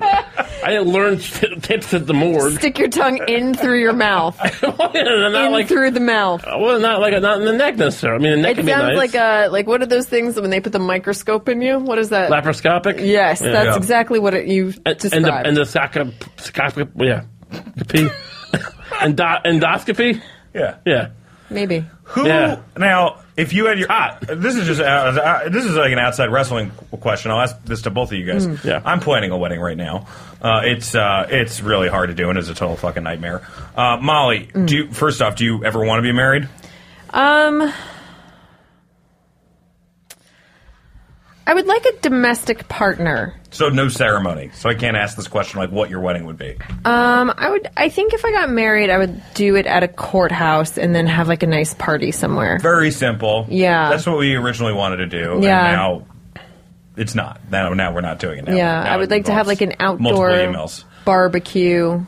Speaker 7: I didn't learn t- tips at the morgue. [laughs]
Speaker 8: Stick your tongue in through your mouth,
Speaker 7: not
Speaker 8: in
Speaker 7: like
Speaker 8: through the mouth.
Speaker 7: well, not like not in the neck necessarily. I mean, the neck
Speaker 8: It
Speaker 7: can
Speaker 8: sounds
Speaker 7: be nice.
Speaker 8: like a like what are those things when they put the microscope in you? What is that?
Speaker 7: laparoscopic.
Speaker 8: yes,
Speaker 7: Yeah.
Speaker 8: that's
Speaker 6: Yeah.
Speaker 8: exactly what it, you
Speaker 7: And,
Speaker 8: described.
Speaker 7: and the and the saca, saca, yeah,
Speaker 8: [laughs]
Speaker 7: P. Endo, endoscopy.
Speaker 6: yeah.
Speaker 7: Yeah.
Speaker 8: Maybe.
Speaker 6: Who
Speaker 7: Yeah.
Speaker 6: now? If you had your
Speaker 7: Ah.
Speaker 6: this is just uh, uh, this is like an outside wrestling question. I'll ask this to both of you guys.
Speaker 7: Yeah.
Speaker 6: I'm planning a wedding right now. Uh, it's uh, it's really hard to do and is a total fucking nightmare. Uh, Molly, do you, first off, do you ever want to be married?
Speaker 8: Um, I would like a domestic partner.
Speaker 6: So no ceremony. So I can't ask this question like what your wedding would be.
Speaker 8: Um, I would. I think if I got married, I would do it at a courthouse and then have like a nice party somewhere.
Speaker 6: Very simple.
Speaker 8: Yeah.
Speaker 6: That's what we originally wanted to do.
Speaker 8: Yeah.
Speaker 6: And now it's not. Now now we're not doing it. Now,
Speaker 8: yeah,
Speaker 6: Now
Speaker 8: I would
Speaker 6: it
Speaker 8: like to have
Speaker 6: involves
Speaker 8: like an
Speaker 6: multiple
Speaker 8: outdoor
Speaker 6: emails.
Speaker 8: barbecue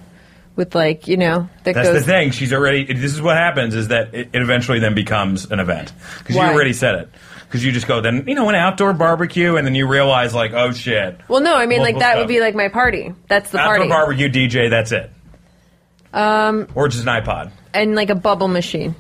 Speaker 8: with like you know that
Speaker 6: That's
Speaker 8: goes.
Speaker 6: the thing. She's already. This is what happens: is that it, it eventually then becomes an event because you
Speaker 8: Why?
Speaker 6: already said it. Because you just go then you know an outdoor barbecue, and then you realize like oh shit.
Speaker 8: Well, no, I mean like
Speaker 6: Multiple
Speaker 8: that
Speaker 6: stuff.
Speaker 8: would be like my party. That's the
Speaker 6: outdoor
Speaker 8: party,
Speaker 6: barbecue DJ. That's it. Um, or just an iPod.
Speaker 8: and like a bubble machine.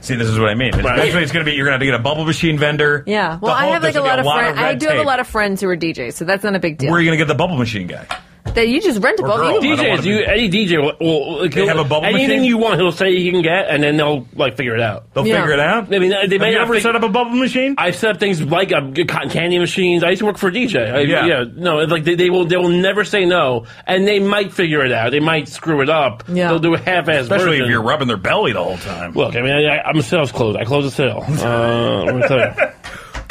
Speaker 6: See, this is what I mean. It's,
Speaker 7: Right.
Speaker 6: Eventually, it's going to be you're going to have to get a bubble machine vendor.
Speaker 8: Yeah.
Speaker 6: The
Speaker 8: Well, I
Speaker 6: whole-
Speaker 8: have like a
Speaker 6: there's
Speaker 8: lot
Speaker 6: gonna
Speaker 8: of
Speaker 6: be
Speaker 8: friends.
Speaker 6: red
Speaker 8: I do have a
Speaker 6: tape.
Speaker 8: lot of friends who are DJs, so that's not a big deal.
Speaker 6: Where are you going to get the bubble machine guy?
Speaker 8: that you just rent a
Speaker 6: Or
Speaker 8: bubble.
Speaker 6: girl.
Speaker 8: You-
Speaker 6: I don't wanna
Speaker 7: DJs, you,
Speaker 6: be-
Speaker 7: any DJ will, will like, he'll-
Speaker 6: have a bubble
Speaker 7: anything
Speaker 6: machine?
Speaker 7: you want, he'll say you can get, and then they'll like figure it out.
Speaker 6: They'll
Speaker 8: Yeah.
Speaker 6: figure it out.
Speaker 7: I mean, they
Speaker 6: have
Speaker 7: may
Speaker 6: you
Speaker 7: not
Speaker 6: ever
Speaker 7: think-
Speaker 6: set up a bubble machine?
Speaker 7: I've set up things like um, cotton candy machines. I used to work for a DJ. I,
Speaker 6: Yeah.
Speaker 7: yeah. No, it's like they, they will they will never say no, and they might figure it out. They might screw it up.
Speaker 8: Yeah.
Speaker 7: They'll do a half ass version.
Speaker 6: Especially if you're rubbing their belly the whole time.
Speaker 7: Look, I mean, I, I, I'm a sales close. I close
Speaker 6: [laughs]
Speaker 7: a sale. Uh, I'm gonna tell you.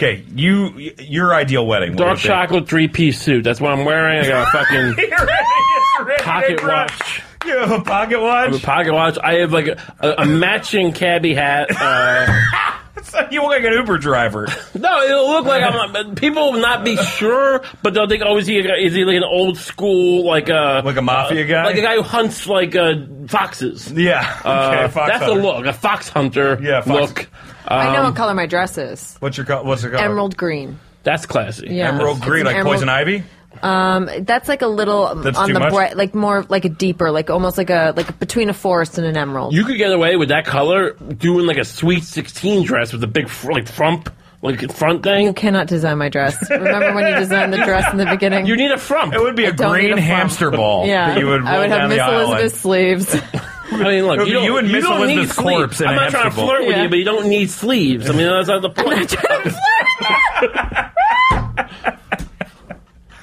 Speaker 6: Okay, you y- your ideal wedding. what
Speaker 7: Dark
Speaker 6: would it be?
Speaker 7: chocolate three piece suit. That's what I'm wearing. I got a fucking
Speaker 6: [laughs] You're ready, it's ready,
Speaker 7: pocket
Speaker 6: Nick Rock.
Speaker 7: watch.
Speaker 6: You have a pocket
Speaker 7: I have
Speaker 6: watch.
Speaker 7: a pocket watch. I have like a, a, a matching cabbie hat. Uh,
Speaker 6: [laughs] you look like an Uber driver.
Speaker 7: No, it'll look like I'm. but People will not be sure, but they'll think, "Oh, is he? Is he like an old school, like a
Speaker 6: Like a mafia
Speaker 7: uh,
Speaker 6: guy?
Speaker 7: like a guy who hunts like uh, foxes?"
Speaker 6: Yeah.
Speaker 7: Uh,
Speaker 6: [laughs] okay. Fox
Speaker 7: that's
Speaker 6: hunter.
Speaker 7: a look, a fox hunter.
Speaker 6: Yeah, fox-
Speaker 7: look,
Speaker 8: I
Speaker 6: Um,
Speaker 8: know what color my dress is.
Speaker 6: What's your co- what's it called?
Speaker 8: Emerald green.
Speaker 7: that's classy.
Speaker 8: Yeah.
Speaker 6: Emerald
Speaker 8: It's
Speaker 6: green,
Speaker 8: an
Speaker 6: like
Speaker 8: emerald-
Speaker 6: poison ivy.
Speaker 8: Um, that's like a little um,
Speaker 6: That's
Speaker 8: on
Speaker 6: too
Speaker 8: the
Speaker 6: much?
Speaker 8: bright, like more like a deeper, like almost like a like between a forest and an emerald.
Speaker 7: You could get away with that color doing like a sweet sixteen dress with a big fr- like frump, like front
Speaker 8: You
Speaker 7: thing.
Speaker 8: cannot design my
Speaker 6: [laughs]
Speaker 8: dress. Remember when you designed the dress in the beginning?
Speaker 7: You need a frump.
Speaker 6: It would be a
Speaker 8: don't need
Speaker 6: green
Speaker 8: a front.
Speaker 6: hamster ball.
Speaker 8: [laughs] yeah,
Speaker 6: That you would roll
Speaker 8: I would
Speaker 6: down
Speaker 8: have Miss
Speaker 6: the aisle
Speaker 8: Elizabeth's sleeves. [laughs]
Speaker 7: I mean,
Speaker 6: It would
Speaker 7: look, you,
Speaker 6: be
Speaker 7: don't,
Speaker 6: you and Miss
Speaker 7: don't need
Speaker 6: Elizabeth's corpse
Speaker 7: sleeves.
Speaker 6: in
Speaker 7: I'm
Speaker 6: a
Speaker 7: not trying to
Speaker 6: hamster ball.
Speaker 7: flirt with
Speaker 8: Yeah.
Speaker 7: you, but you don't need sleeves. I mean, that's not the point.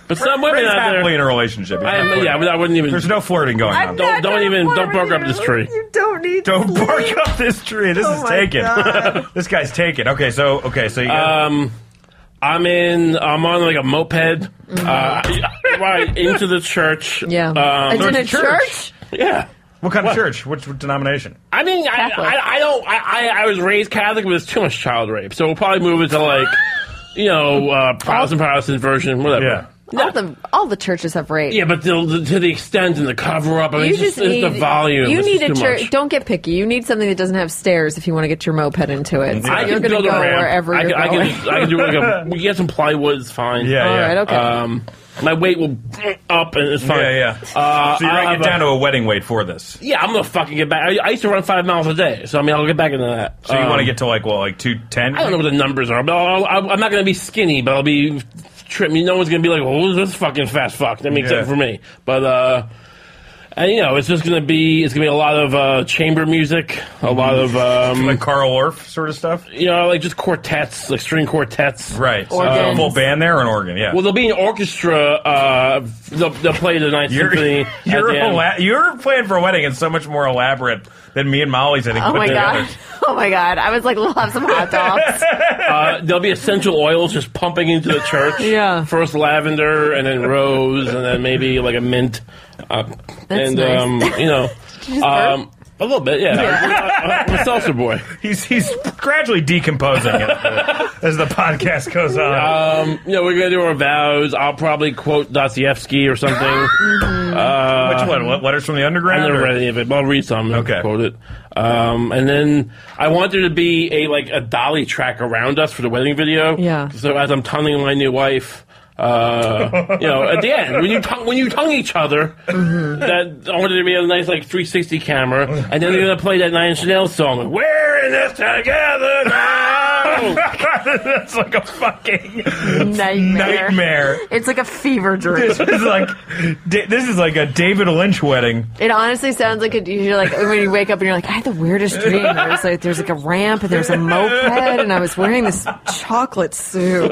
Speaker 7: but some
Speaker 6: and-
Speaker 7: women
Speaker 6: Ray's
Speaker 7: out
Speaker 6: happily
Speaker 7: there.
Speaker 6: in a relationship. He's
Speaker 7: I
Speaker 6: not
Speaker 7: am,
Speaker 6: flirting.
Speaker 7: yeah, I, mean, I wouldn't even.
Speaker 6: There's no flirting going on.
Speaker 7: Don't- not- don't even- don't bark up this tree.
Speaker 9: You don't need
Speaker 6: Don't bark up this tree. This
Speaker 9: Oh
Speaker 6: is
Speaker 9: my
Speaker 6: taken.
Speaker 9: God.
Speaker 6: [laughs] this guy's taken. Okay, so okay, so you got,
Speaker 7: um, I'm in. I'm on like a moped. Uh, right into the church.
Speaker 8: Mm-hmm. [laughs] yeah,
Speaker 7: Um,
Speaker 8: it's in a
Speaker 6: there's
Speaker 8: church.
Speaker 6: church.
Speaker 7: yeah.
Speaker 6: what kind of church? Which denomination?
Speaker 7: I mean, I,
Speaker 8: Catholic.
Speaker 7: I, I don't. I, I, I was raised Catholic, but it's too much child rape, so we'll probably move it to like, you know, uh, Protestant, Protestant version, whatever.
Speaker 6: Yeah.
Speaker 8: All the all the churches have rape.
Speaker 7: Yeah, but to, to the extent and the cover up, I mean,
Speaker 8: You
Speaker 7: it's just,
Speaker 8: just
Speaker 7: it's
Speaker 8: need
Speaker 7: the volume.
Speaker 8: You
Speaker 7: it's
Speaker 8: need
Speaker 7: just
Speaker 8: a
Speaker 7: too
Speaker 8: church.
Speaker 7: much.
Speaker 8: Don't get picky. You need something that doesn't have stairs if you want to get your moped into it. So
Speaker 7: I
Speaker 8: you're
Speaker 7: can
Speaker 8: going to
Speaker 7: build
Speaker 8: go
Speaker 7: a ramp.
Speaker 8: wherever
Speaker 7: I
Speaker 8: you're
Speaker 7: can, I
Speaker 8: going.
Speaker 7: can, I can do like
Speaker 8: [laughs]
Speaker 7: a. We get some plywood. It's fine.
Speaker 6: Yeah,
Speaker 8: All
Speaker 6: yeah.
Speaker 8: right, okay.
Speaker 7: Um, my weight will up and it's fine.
Speaker 6: Yeah, yeah.
Speaker 7: Uh,
Speaker 6: so you're
Speaker 7: I'll
Speaker 6: gonna
Speaker 7: have
Speaker 6: get
Speaker 7: a-
Speaker 6: down to a wedding weight for this.
Speaker 7: Yeah, I'm gonna fucking get back. I, I used to run five miles a day, so I mean, I'll get back into that.
Speaker 6: So you
Speaker 7: Um,
Speaker 6: want to get to like well, like two ten?
Speaker 7: I don't know what the numbers are, but I'll, I'll, I'm not gonna be skinny, but I'll be "Oh, trim. No one's gonna be like, "Well, who's this fucking fast fuck?" I
Speaker 6: Yeah.
Speaker 7: mean, except for me. But uh, And you know, it's just gonna be it's gonna be a lot of uh, chamber music, a lot of um,
Speaker 6: like Carl Orff sort of stuff.
Speaker 7: you know, like just quartets, like string quartets.
Speaker 6: Right. So
Speaker 8: Organs.
Speaker 6: a full band there or an organ, yeah.
Speaker 7: Well, there'll be an orchestra. Uh, they'll, they'll play the Ninth
Speaker 6: you're,
Speaker 7: Symphony.
Speaker 6: [laughs]
Speaker 7: at
Speaker 6: you're,
Speaker 7: the end. Uh,
Speaker 6: ela- your plan for a wedding is so much more elaborate than me and Molly's, I think.
Speaker 8: Oh
Speaker 6: put
Speaker 8: my
Speaker 6: together.
Speaker 8: god! [laughs] Oh my god! I was like, we'll have some
Speaker 7: [laughs]
Speaker 8: hot dogs.
Speaker 7: Uh, there'll be essential oils just pumping into the church.
Speaker 8: [laughs] Yeah.
Speaker 7: First lavender, and then rose, and then maybe like a mint. Uh, and
Speaker 8: nice.
Speaker 7: um, you
Speaker 8: [laughs]
Speaker 7: know, um, a little bit, yeah. I'm a seltzer boy.
Speaker 6: He's, he's gradually decomposing as the- as the podcast goes on.
Speaker 7: Um, you know, we're gonna do our vows. I'll probably quote Dostoevsky or
Speaker 8: [laughs]
Speaker 7: something. Uh,
Speaker 6: Which one? What, letters from the
Speaker 7: I
Speaker 6: underground?
Speaker 7: never
Speaker 6: or-
Speaker 7: read any of it, but I'll read some. And
Speaker 6: Okay.
Speaker 7: Quote it. Um, and then I want there to be a like a dolly track around us for the wedding video.
Speaker 8: Yeah.
Speaker 7: So as I'm tonguing my new wife, uh, you know, at the end when you tongue, when you tongue each other, that I want there to be a nice like 360 camera, and then they're gonna play that Nine Inch Nails song. We're in this together now.
Speaker 6: [laughs] That's like a fucking
Speaker 8: Nightmare.
Speaker 6: nightmare.
Speaker 8: It's like a fever dream.
Speaker 6: This is like da- this is like a David Lynch wedding.
Speaker 8: It honestly sounds like a, you're like when you wake up and you're like, I had the weirdest dream. There was like there's like a ramp and there's a moped and I was wearing this chocolate suit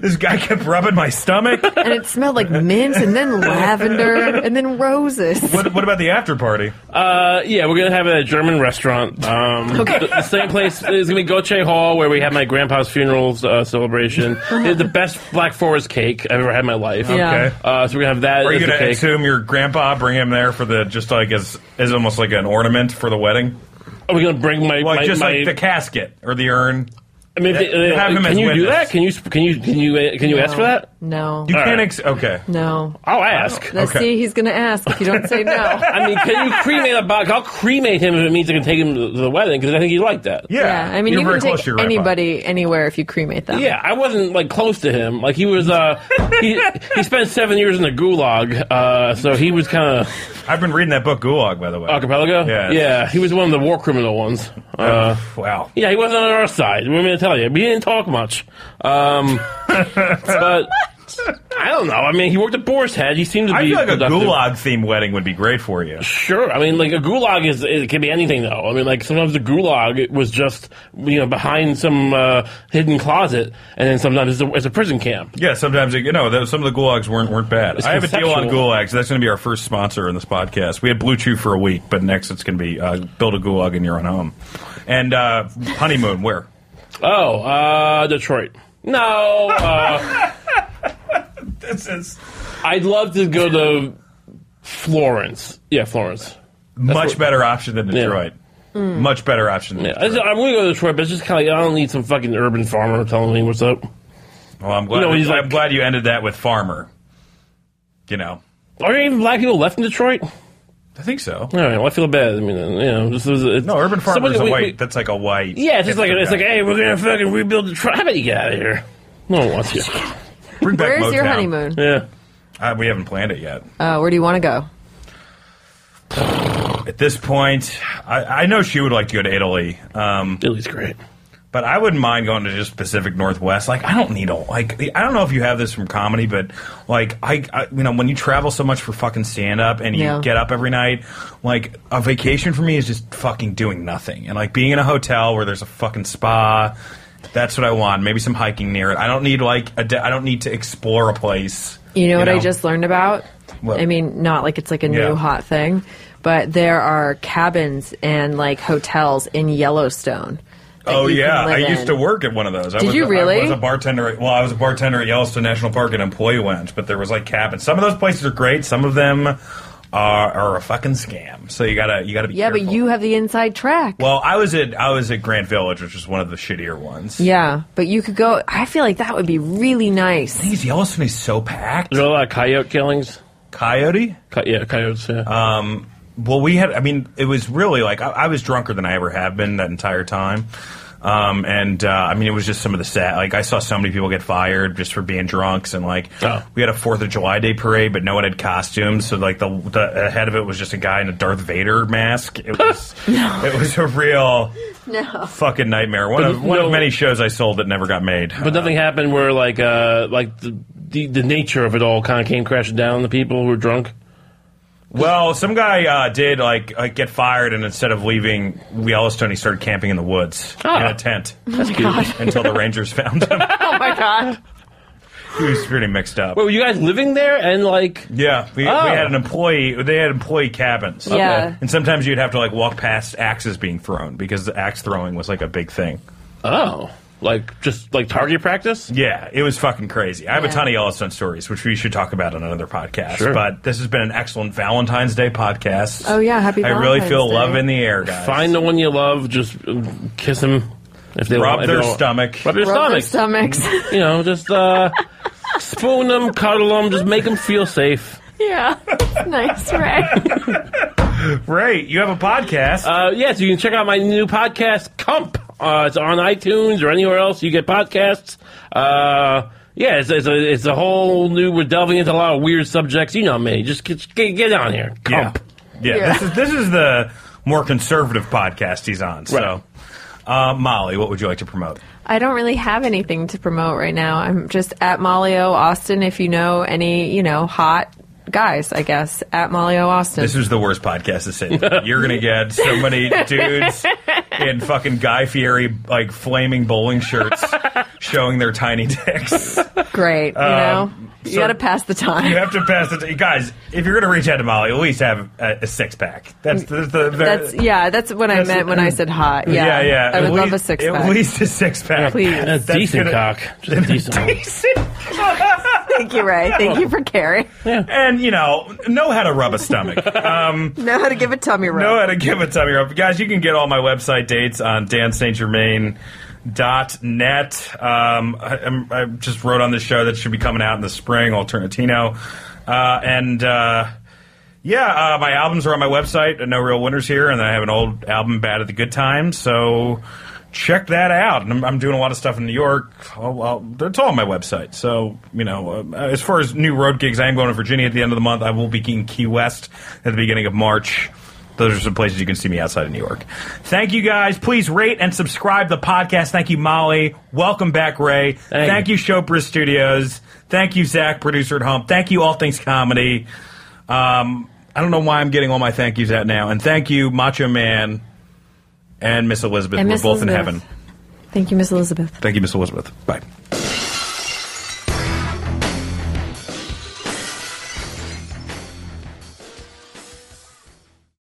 Speaker 6: This guy kept rubbing my stomach.
Speaker 8: and it smelled like mint and then lavender and then roses.
Speaker 6: What, what about the after party?
Speaker 7: Uh, yeah, we're gonna have a German restaurant. Um, the, the same place is gonna be Goche Hall, where we had my grandpa's funeral's uh, celebration. They had the best Black Forest cake I've ever had in my life.
Speaker 8: Yeah.
Speaker 6: Okay.
Speaker 7: Uh, so we're gonna have that.
Speaker 6: Are you
Speaker 7: as the
Speaker 6: gonna
Speaker 7: cake.
Speaker 6: assume your grandpa bring him there for the just like as as almost like an ornament for the wedding?
Speaker 7: Are we gonna bring my?
Speaker 6: Like
Speaker 7: my,
Speaker 6: just
Speaker 7: my
Speaker 6: like the casket or the urn.
Speaker 7: I mean, if they-
Speaker 6: have him
Speaker 7: can
Speaker 6: as
Speaker 7: you do
Speaker 6: witness.
Speaker 7: that? Can you? Can you? Can you? uh, Can you ask for that?
Speaker 8: No.
Speaker 6: You
Speaker 7: All
Speaker 6: can't
Speaker 7: right.
Speaker 6: ex- okay.
Speaker 8: No.
Speaker 7: I'll ask.
Speaker 8: Let's
Speaker 6: Okay.
Speaker 8: see, he's gonna ask if you don't
Speaker 6: [laughs]
Speaker 8: say no.
Speaker 7: I mean, can you cremate a box? I'll cremate him if it means I can take him to the wedding because I think he'd like that.
Speaker 8: Yeah, I mean,
Speaker 6: You're
Speaker 8: you
Speaker 6: very
Speaker 8: can
Speaker 6: close
Speaker 8: take
Speaker 6: to your grandpa.
Speaker 8: anybody anywhere if you cremate them.
Speaker 7: Yeah, I wasn't like close to him. Like he was, uh, he he spent seven years in the gulag, uh, so he was kind of
Speaker 6: I've been reading that book Gulag by the way.
Speaker 7: Archipelago?
Speaker 6: Yeah.
Speaker 7: Yeah, he was one of the war criminal ones. Uh,
Speaker 6: Wow.
Speaker 7: yeah, he wasn't on our side. We're going to tell you. But he didn't talk much.
Speaker 6: [laughs]
Speaker 7: Um, but I don't know. I mean, he worked at Boar's Head. He seemed to be.
Speaker 6: I feel like
Speaker 7: productive.
Speaker 6: a gulag themed wedding would be great for you.
Speaker 7: Sure. I mean, like, a gulag is, it can be anything, though. I mean, like, sometimes the gulag was just, you know, behind some uh, hidden closet, and then sometimes it's a, it's a prison camp.
Speaker 6: Yeah, sometimes you know those- some of the gulags weren't weren't bad.
Speaker 7: It's
Speaker 6: I have a deal on
Speaker 7: conceptual.
Speaker 6: gulags. That's going to be our first sponsor in this podcast. We had Blue Chew for a week, but next it's going to be uh, build a gulag in your own home. And uh, honeymoon where?
Speaker 7: Oh, uh, Detroit. No. Uh, [laughs]
Speaker 6: This is
Speaker 7: I'd love to go to Florence. Yeah, Florence.
Speaker 6: much better option than Detroit. Mm. Much better option than
Speaker 7: Yeah, I
Speaker 6: Detroit.
Speaker 7: just- I'm gonna go to Detroit, but it's just kind of like, I don't need some fucking urban farmer telling me what's up.
Speaker 6: Well, I'm glad.
Speaker 7: You know, he's
Speaker 6: I'm
Speaker 7: like-
Speaker 6: glad you ended that with farmer. You know,
Speaker 7: Are there even black people left in Detroit? All
Speaker 6: I think so.
Speaker 7: right, well, I feel bad. I mean, uh, you know, this is it's,
Speaker 6: No, urban farmer
Speaker 7: somebody-
Speaker 6: is a
Speaker 7: we-
Speaker 6: white.
Speaker 7: we-
Speaker 6: that's like a white.
Speaker 7: yeah, it's just like it's
Speaker 6: hipster
Speaker 7: like,
Speaker 6: guy.
Speaker 7: hey, we're gonna fucking rebuild Detroit. How about you get out of here? No one wants you.
Speaker 6: Bring back
Speaker 8: Where's your
Speaker 6: Motown.
Speaker 8: honeymoon?
Speaker 7: Yeah,
Speaker 6: Uh, we haven't planned it yet.
Speaker 8: Uh, where do you want to go?
Speaker 6: At this point, I, I know she would like to go to Italy. Um,
Speaker 7: Italy's great.
Speaker 6: But I wouldn't mind going to just Pacific Northwest. Like I don't need a like. I don't know if you have this from comedy, but like I, I you know, when you travel so much for fucking stand up and you
Speaker 8: Yeah.
Speaker 6: get up every night, like a vacation for me is just fucking doing nothing and like being in a hotel where there's a fucking spa. That's what I want. Maybe some hiking near it. I don't need like a. De- I don't need to explore a place.
Speaker 8: You know what I just learned about?
Speaker 6: What?
Speaker 8: I mean, not like it's like a new
Speaker 6: Yeah.
Speaker 8: hot thing, but there are cabins and like hotels in Yellowstone. that
Speaker 6: Oh
Speaker 8: you can
Speaker 6: yeah, I
Speaker 8: live
Speaker 6: used
Speaker 8: in.
Speaker 6: to work at one of those. I
Speaker 8: Did
Speaker 6: was
Speaker 8: you
Speaker 6: a,
Speaker 8: really?
Speaker 6: I was a bartender. At, well, I was a bartender at Yellowstone National Park and employee lounge, but there was like cabins. Some of those places are great. Some of them are, are a fucking scam. So you gotta you gotta be
Speaker 8: Yeah,
Speaker 6: careful.
Speaker 8: but you have the inside track.
Speaker 6: Well, I was at I was at Grand Village, which is one of the shittier ones.
Speaker 8: yeah, but you could go. I feel like that would be really nice.
Speaker 6: These Yellowstone is so packed.
Speaker 7: There's a lot of coyote killings.
Speaker 6: Coyote.
Speaker 7: Co- yeah, coyotes. Yeah.
Speaker 6: Uh, Well, we had. I mean, it was really like I, I was drunker than I ever have been that entire time. Um, and uh, I mean, it was just some of the sad. Like I saw so many people get fired just for being drunks, and like
Speaker 7: Oh.
Speaker 6: we had a Fourth of July Day parade, but no one had costumes. So like the, the head of it was just a guy in a Darth Vader mask. It
Speaker 7: [laughs]
Speaker 6: was it was a real fucking nightmare. One
Speaker 7: But
Speaker 6: of one
Speaker 7: no-
Speaker 6: of many shows I sold that never got made.
Speaker 7: but nothing happened where like uh like the the, the nature of it all kind of came crashing down on the people who were drunk.
Speaker 6: Well, some guy uh, did like uh, get fired, and instead of leaving Yellowstone, he started camping in the woods in
Speaker 7: Ah.
Speaker 6: a tent
Speaker 7: That's cute.
Speaker 6: until the Rangers found him.
Speaker 8: [laughs]
Speaker 6: [laughs]
Speaker 8: Oh my god.
Speaker 6: he was pretty mixed up.
Speaker 7: Wait, were you guys living there and like?
Speaker 6: Yeah, we,
Speaker 7: Oh.
Speaker 6: we had an employee. They had employee cabins.
Speaker 8: Yeah.
Speaker 6: and sometimes you'd have to like walk past axes being thrown because the axe throwing was like a big thing.
Speaker 7: Oh, like just like target practice?
Speaker 6: Yeah, it was fucking crazy. I have a
Speaker 8: Yeah.
Speaker 6: ton of Yellowstone stories, which we should talk about on another podcast.
Speaker 7: Sure.
Speaker 6: But this has been an excellent Valentine's Day podcast.
Speaker 8: Oh, yeah, happy
Speaker 6: I really
Speaker 8: Valentine's
Speaker 6: feel
Speaker 8: Day.
Speaker 6: love in the air, guys.
Speaker 7: Find the one you love, just uh, kiss them. If they
Speaker 6: Rub
Speaker 7: want- if
Speaker 6: their
Speaker 7: they don't-
Speaker 6: stomach.
Speaker 7: Rub your
Speaker 8: Rub their
Speaker 7: stomach.
Speaker 8: stomachs. [laughs]
Speaker 7: you know, just uh, spoon them, cuddle them, just make them feel safe.
Speaker 6: [laughs]
Speaker 8: yeah. nice, right?
Speaker 6: Ray, you have a podcast.
Speaker 7: Uh, yeah, so you can check out my new podcast, Comp. Uh, it's on iTunes or anywhere else you get podcasts. Uh, yeah, it's, it's, a, it's a whole new. We're delving into a lot of weird subjects. You know me. Just get, get, get on here.
Speaker 6: yeah.
Speaker 7: Comp.
Speaker 6: yeah,
Speaker 8: Yeah.
Speaker 6: This is this is the more conservative podcast he's on. So, uh, Molly, what would you like to promote?
Speaker 8: I don't really have anything to promote right now. I'm just at Molly O. Austin if you know any, you know, hot guys, I guess. At Molly O. Austin.
Speaker 6: This is the worst podcast to say. You're gonna get so many dudes in fucking Guy Fieri like flaming bowling shirts showing their tiny dicks.
Speaker 8: Great. You know? you
Speaker 6: uh, so-
Speaker 8: gotta pass the time.
Speaker 6: You have to pass the t- guys. If you're gonna reach out to Molly, at least have a, a six pack. That's the, the, the
Speaker 8: [laughs] That's yeah. That's what I
Speaker 6: That's-
Speaker 8: meant when I said hot. Yeah,
Speaker 6: yeah.
Speaker 8: I
Speaker 6: At
Speaker 8: would love a
Speaker 6: least-
Speaker 8: six
Speaker 6: At
Speaker 8: pack.
Speaker 6: least a six pack.
Speaker 8: Please.
Speaker 7: And a
Speaker 6: That's
Speaker 7: decent
Speaker 6: gonna-
Speaker 7: cock. Just a decent one.
Speaker 8: [laughs] Thank you, Ray.
Speaker 6: [laughs]
Speaker 8: Thank you for caring.
Speaker 6: [laughs]
Speaker 8: [laughs]
Speaker 6: And you know, know how to rub a stomach.
Speaker 8: Know how to give a tummy rub.
Speaker 6: know how to give a tummy rub. Guys, you can get all my website dates on danstgermain.net. Um, I, I'm- I just wrote on the show that should be coming out in the spring, Alternatino. Uh, and uh, yeah, uh, my albums are on my website, No Real Winners Here, and then I have an old album, Bad at the Good Times. So check that out. And I'm, I'm doing a lot of stuff in New York. Oh, well, it's all on my website. So, you know, uh, as far as new road gigs, I am going to Virginia at the end of the month. I will be in Key West at the beginning of March. Those are some places you can see me outside of New York. Thank you guys. Please rate and subscribe the podcast. Thank you, Molly. Welcome back, Ray. Thank, you, Chopra Studios. Thank you, Zach, producer at home. Thank you, All Things Comedy. Um, I don't know why I'm getting all my thank yous out now. And thank you, Macho Man and Miss Elizabeth.
Speaker 8: And
Speaker 6: We're
Speaker 8: Miss
Speaker 6: both in
Speaker 8: Elizabeth.
Speaker 6: heaven.
Speaker 8: Thank you, Miss Elizabeth.
Speaker 6: Thank you, Miss Elizabeth. Bye.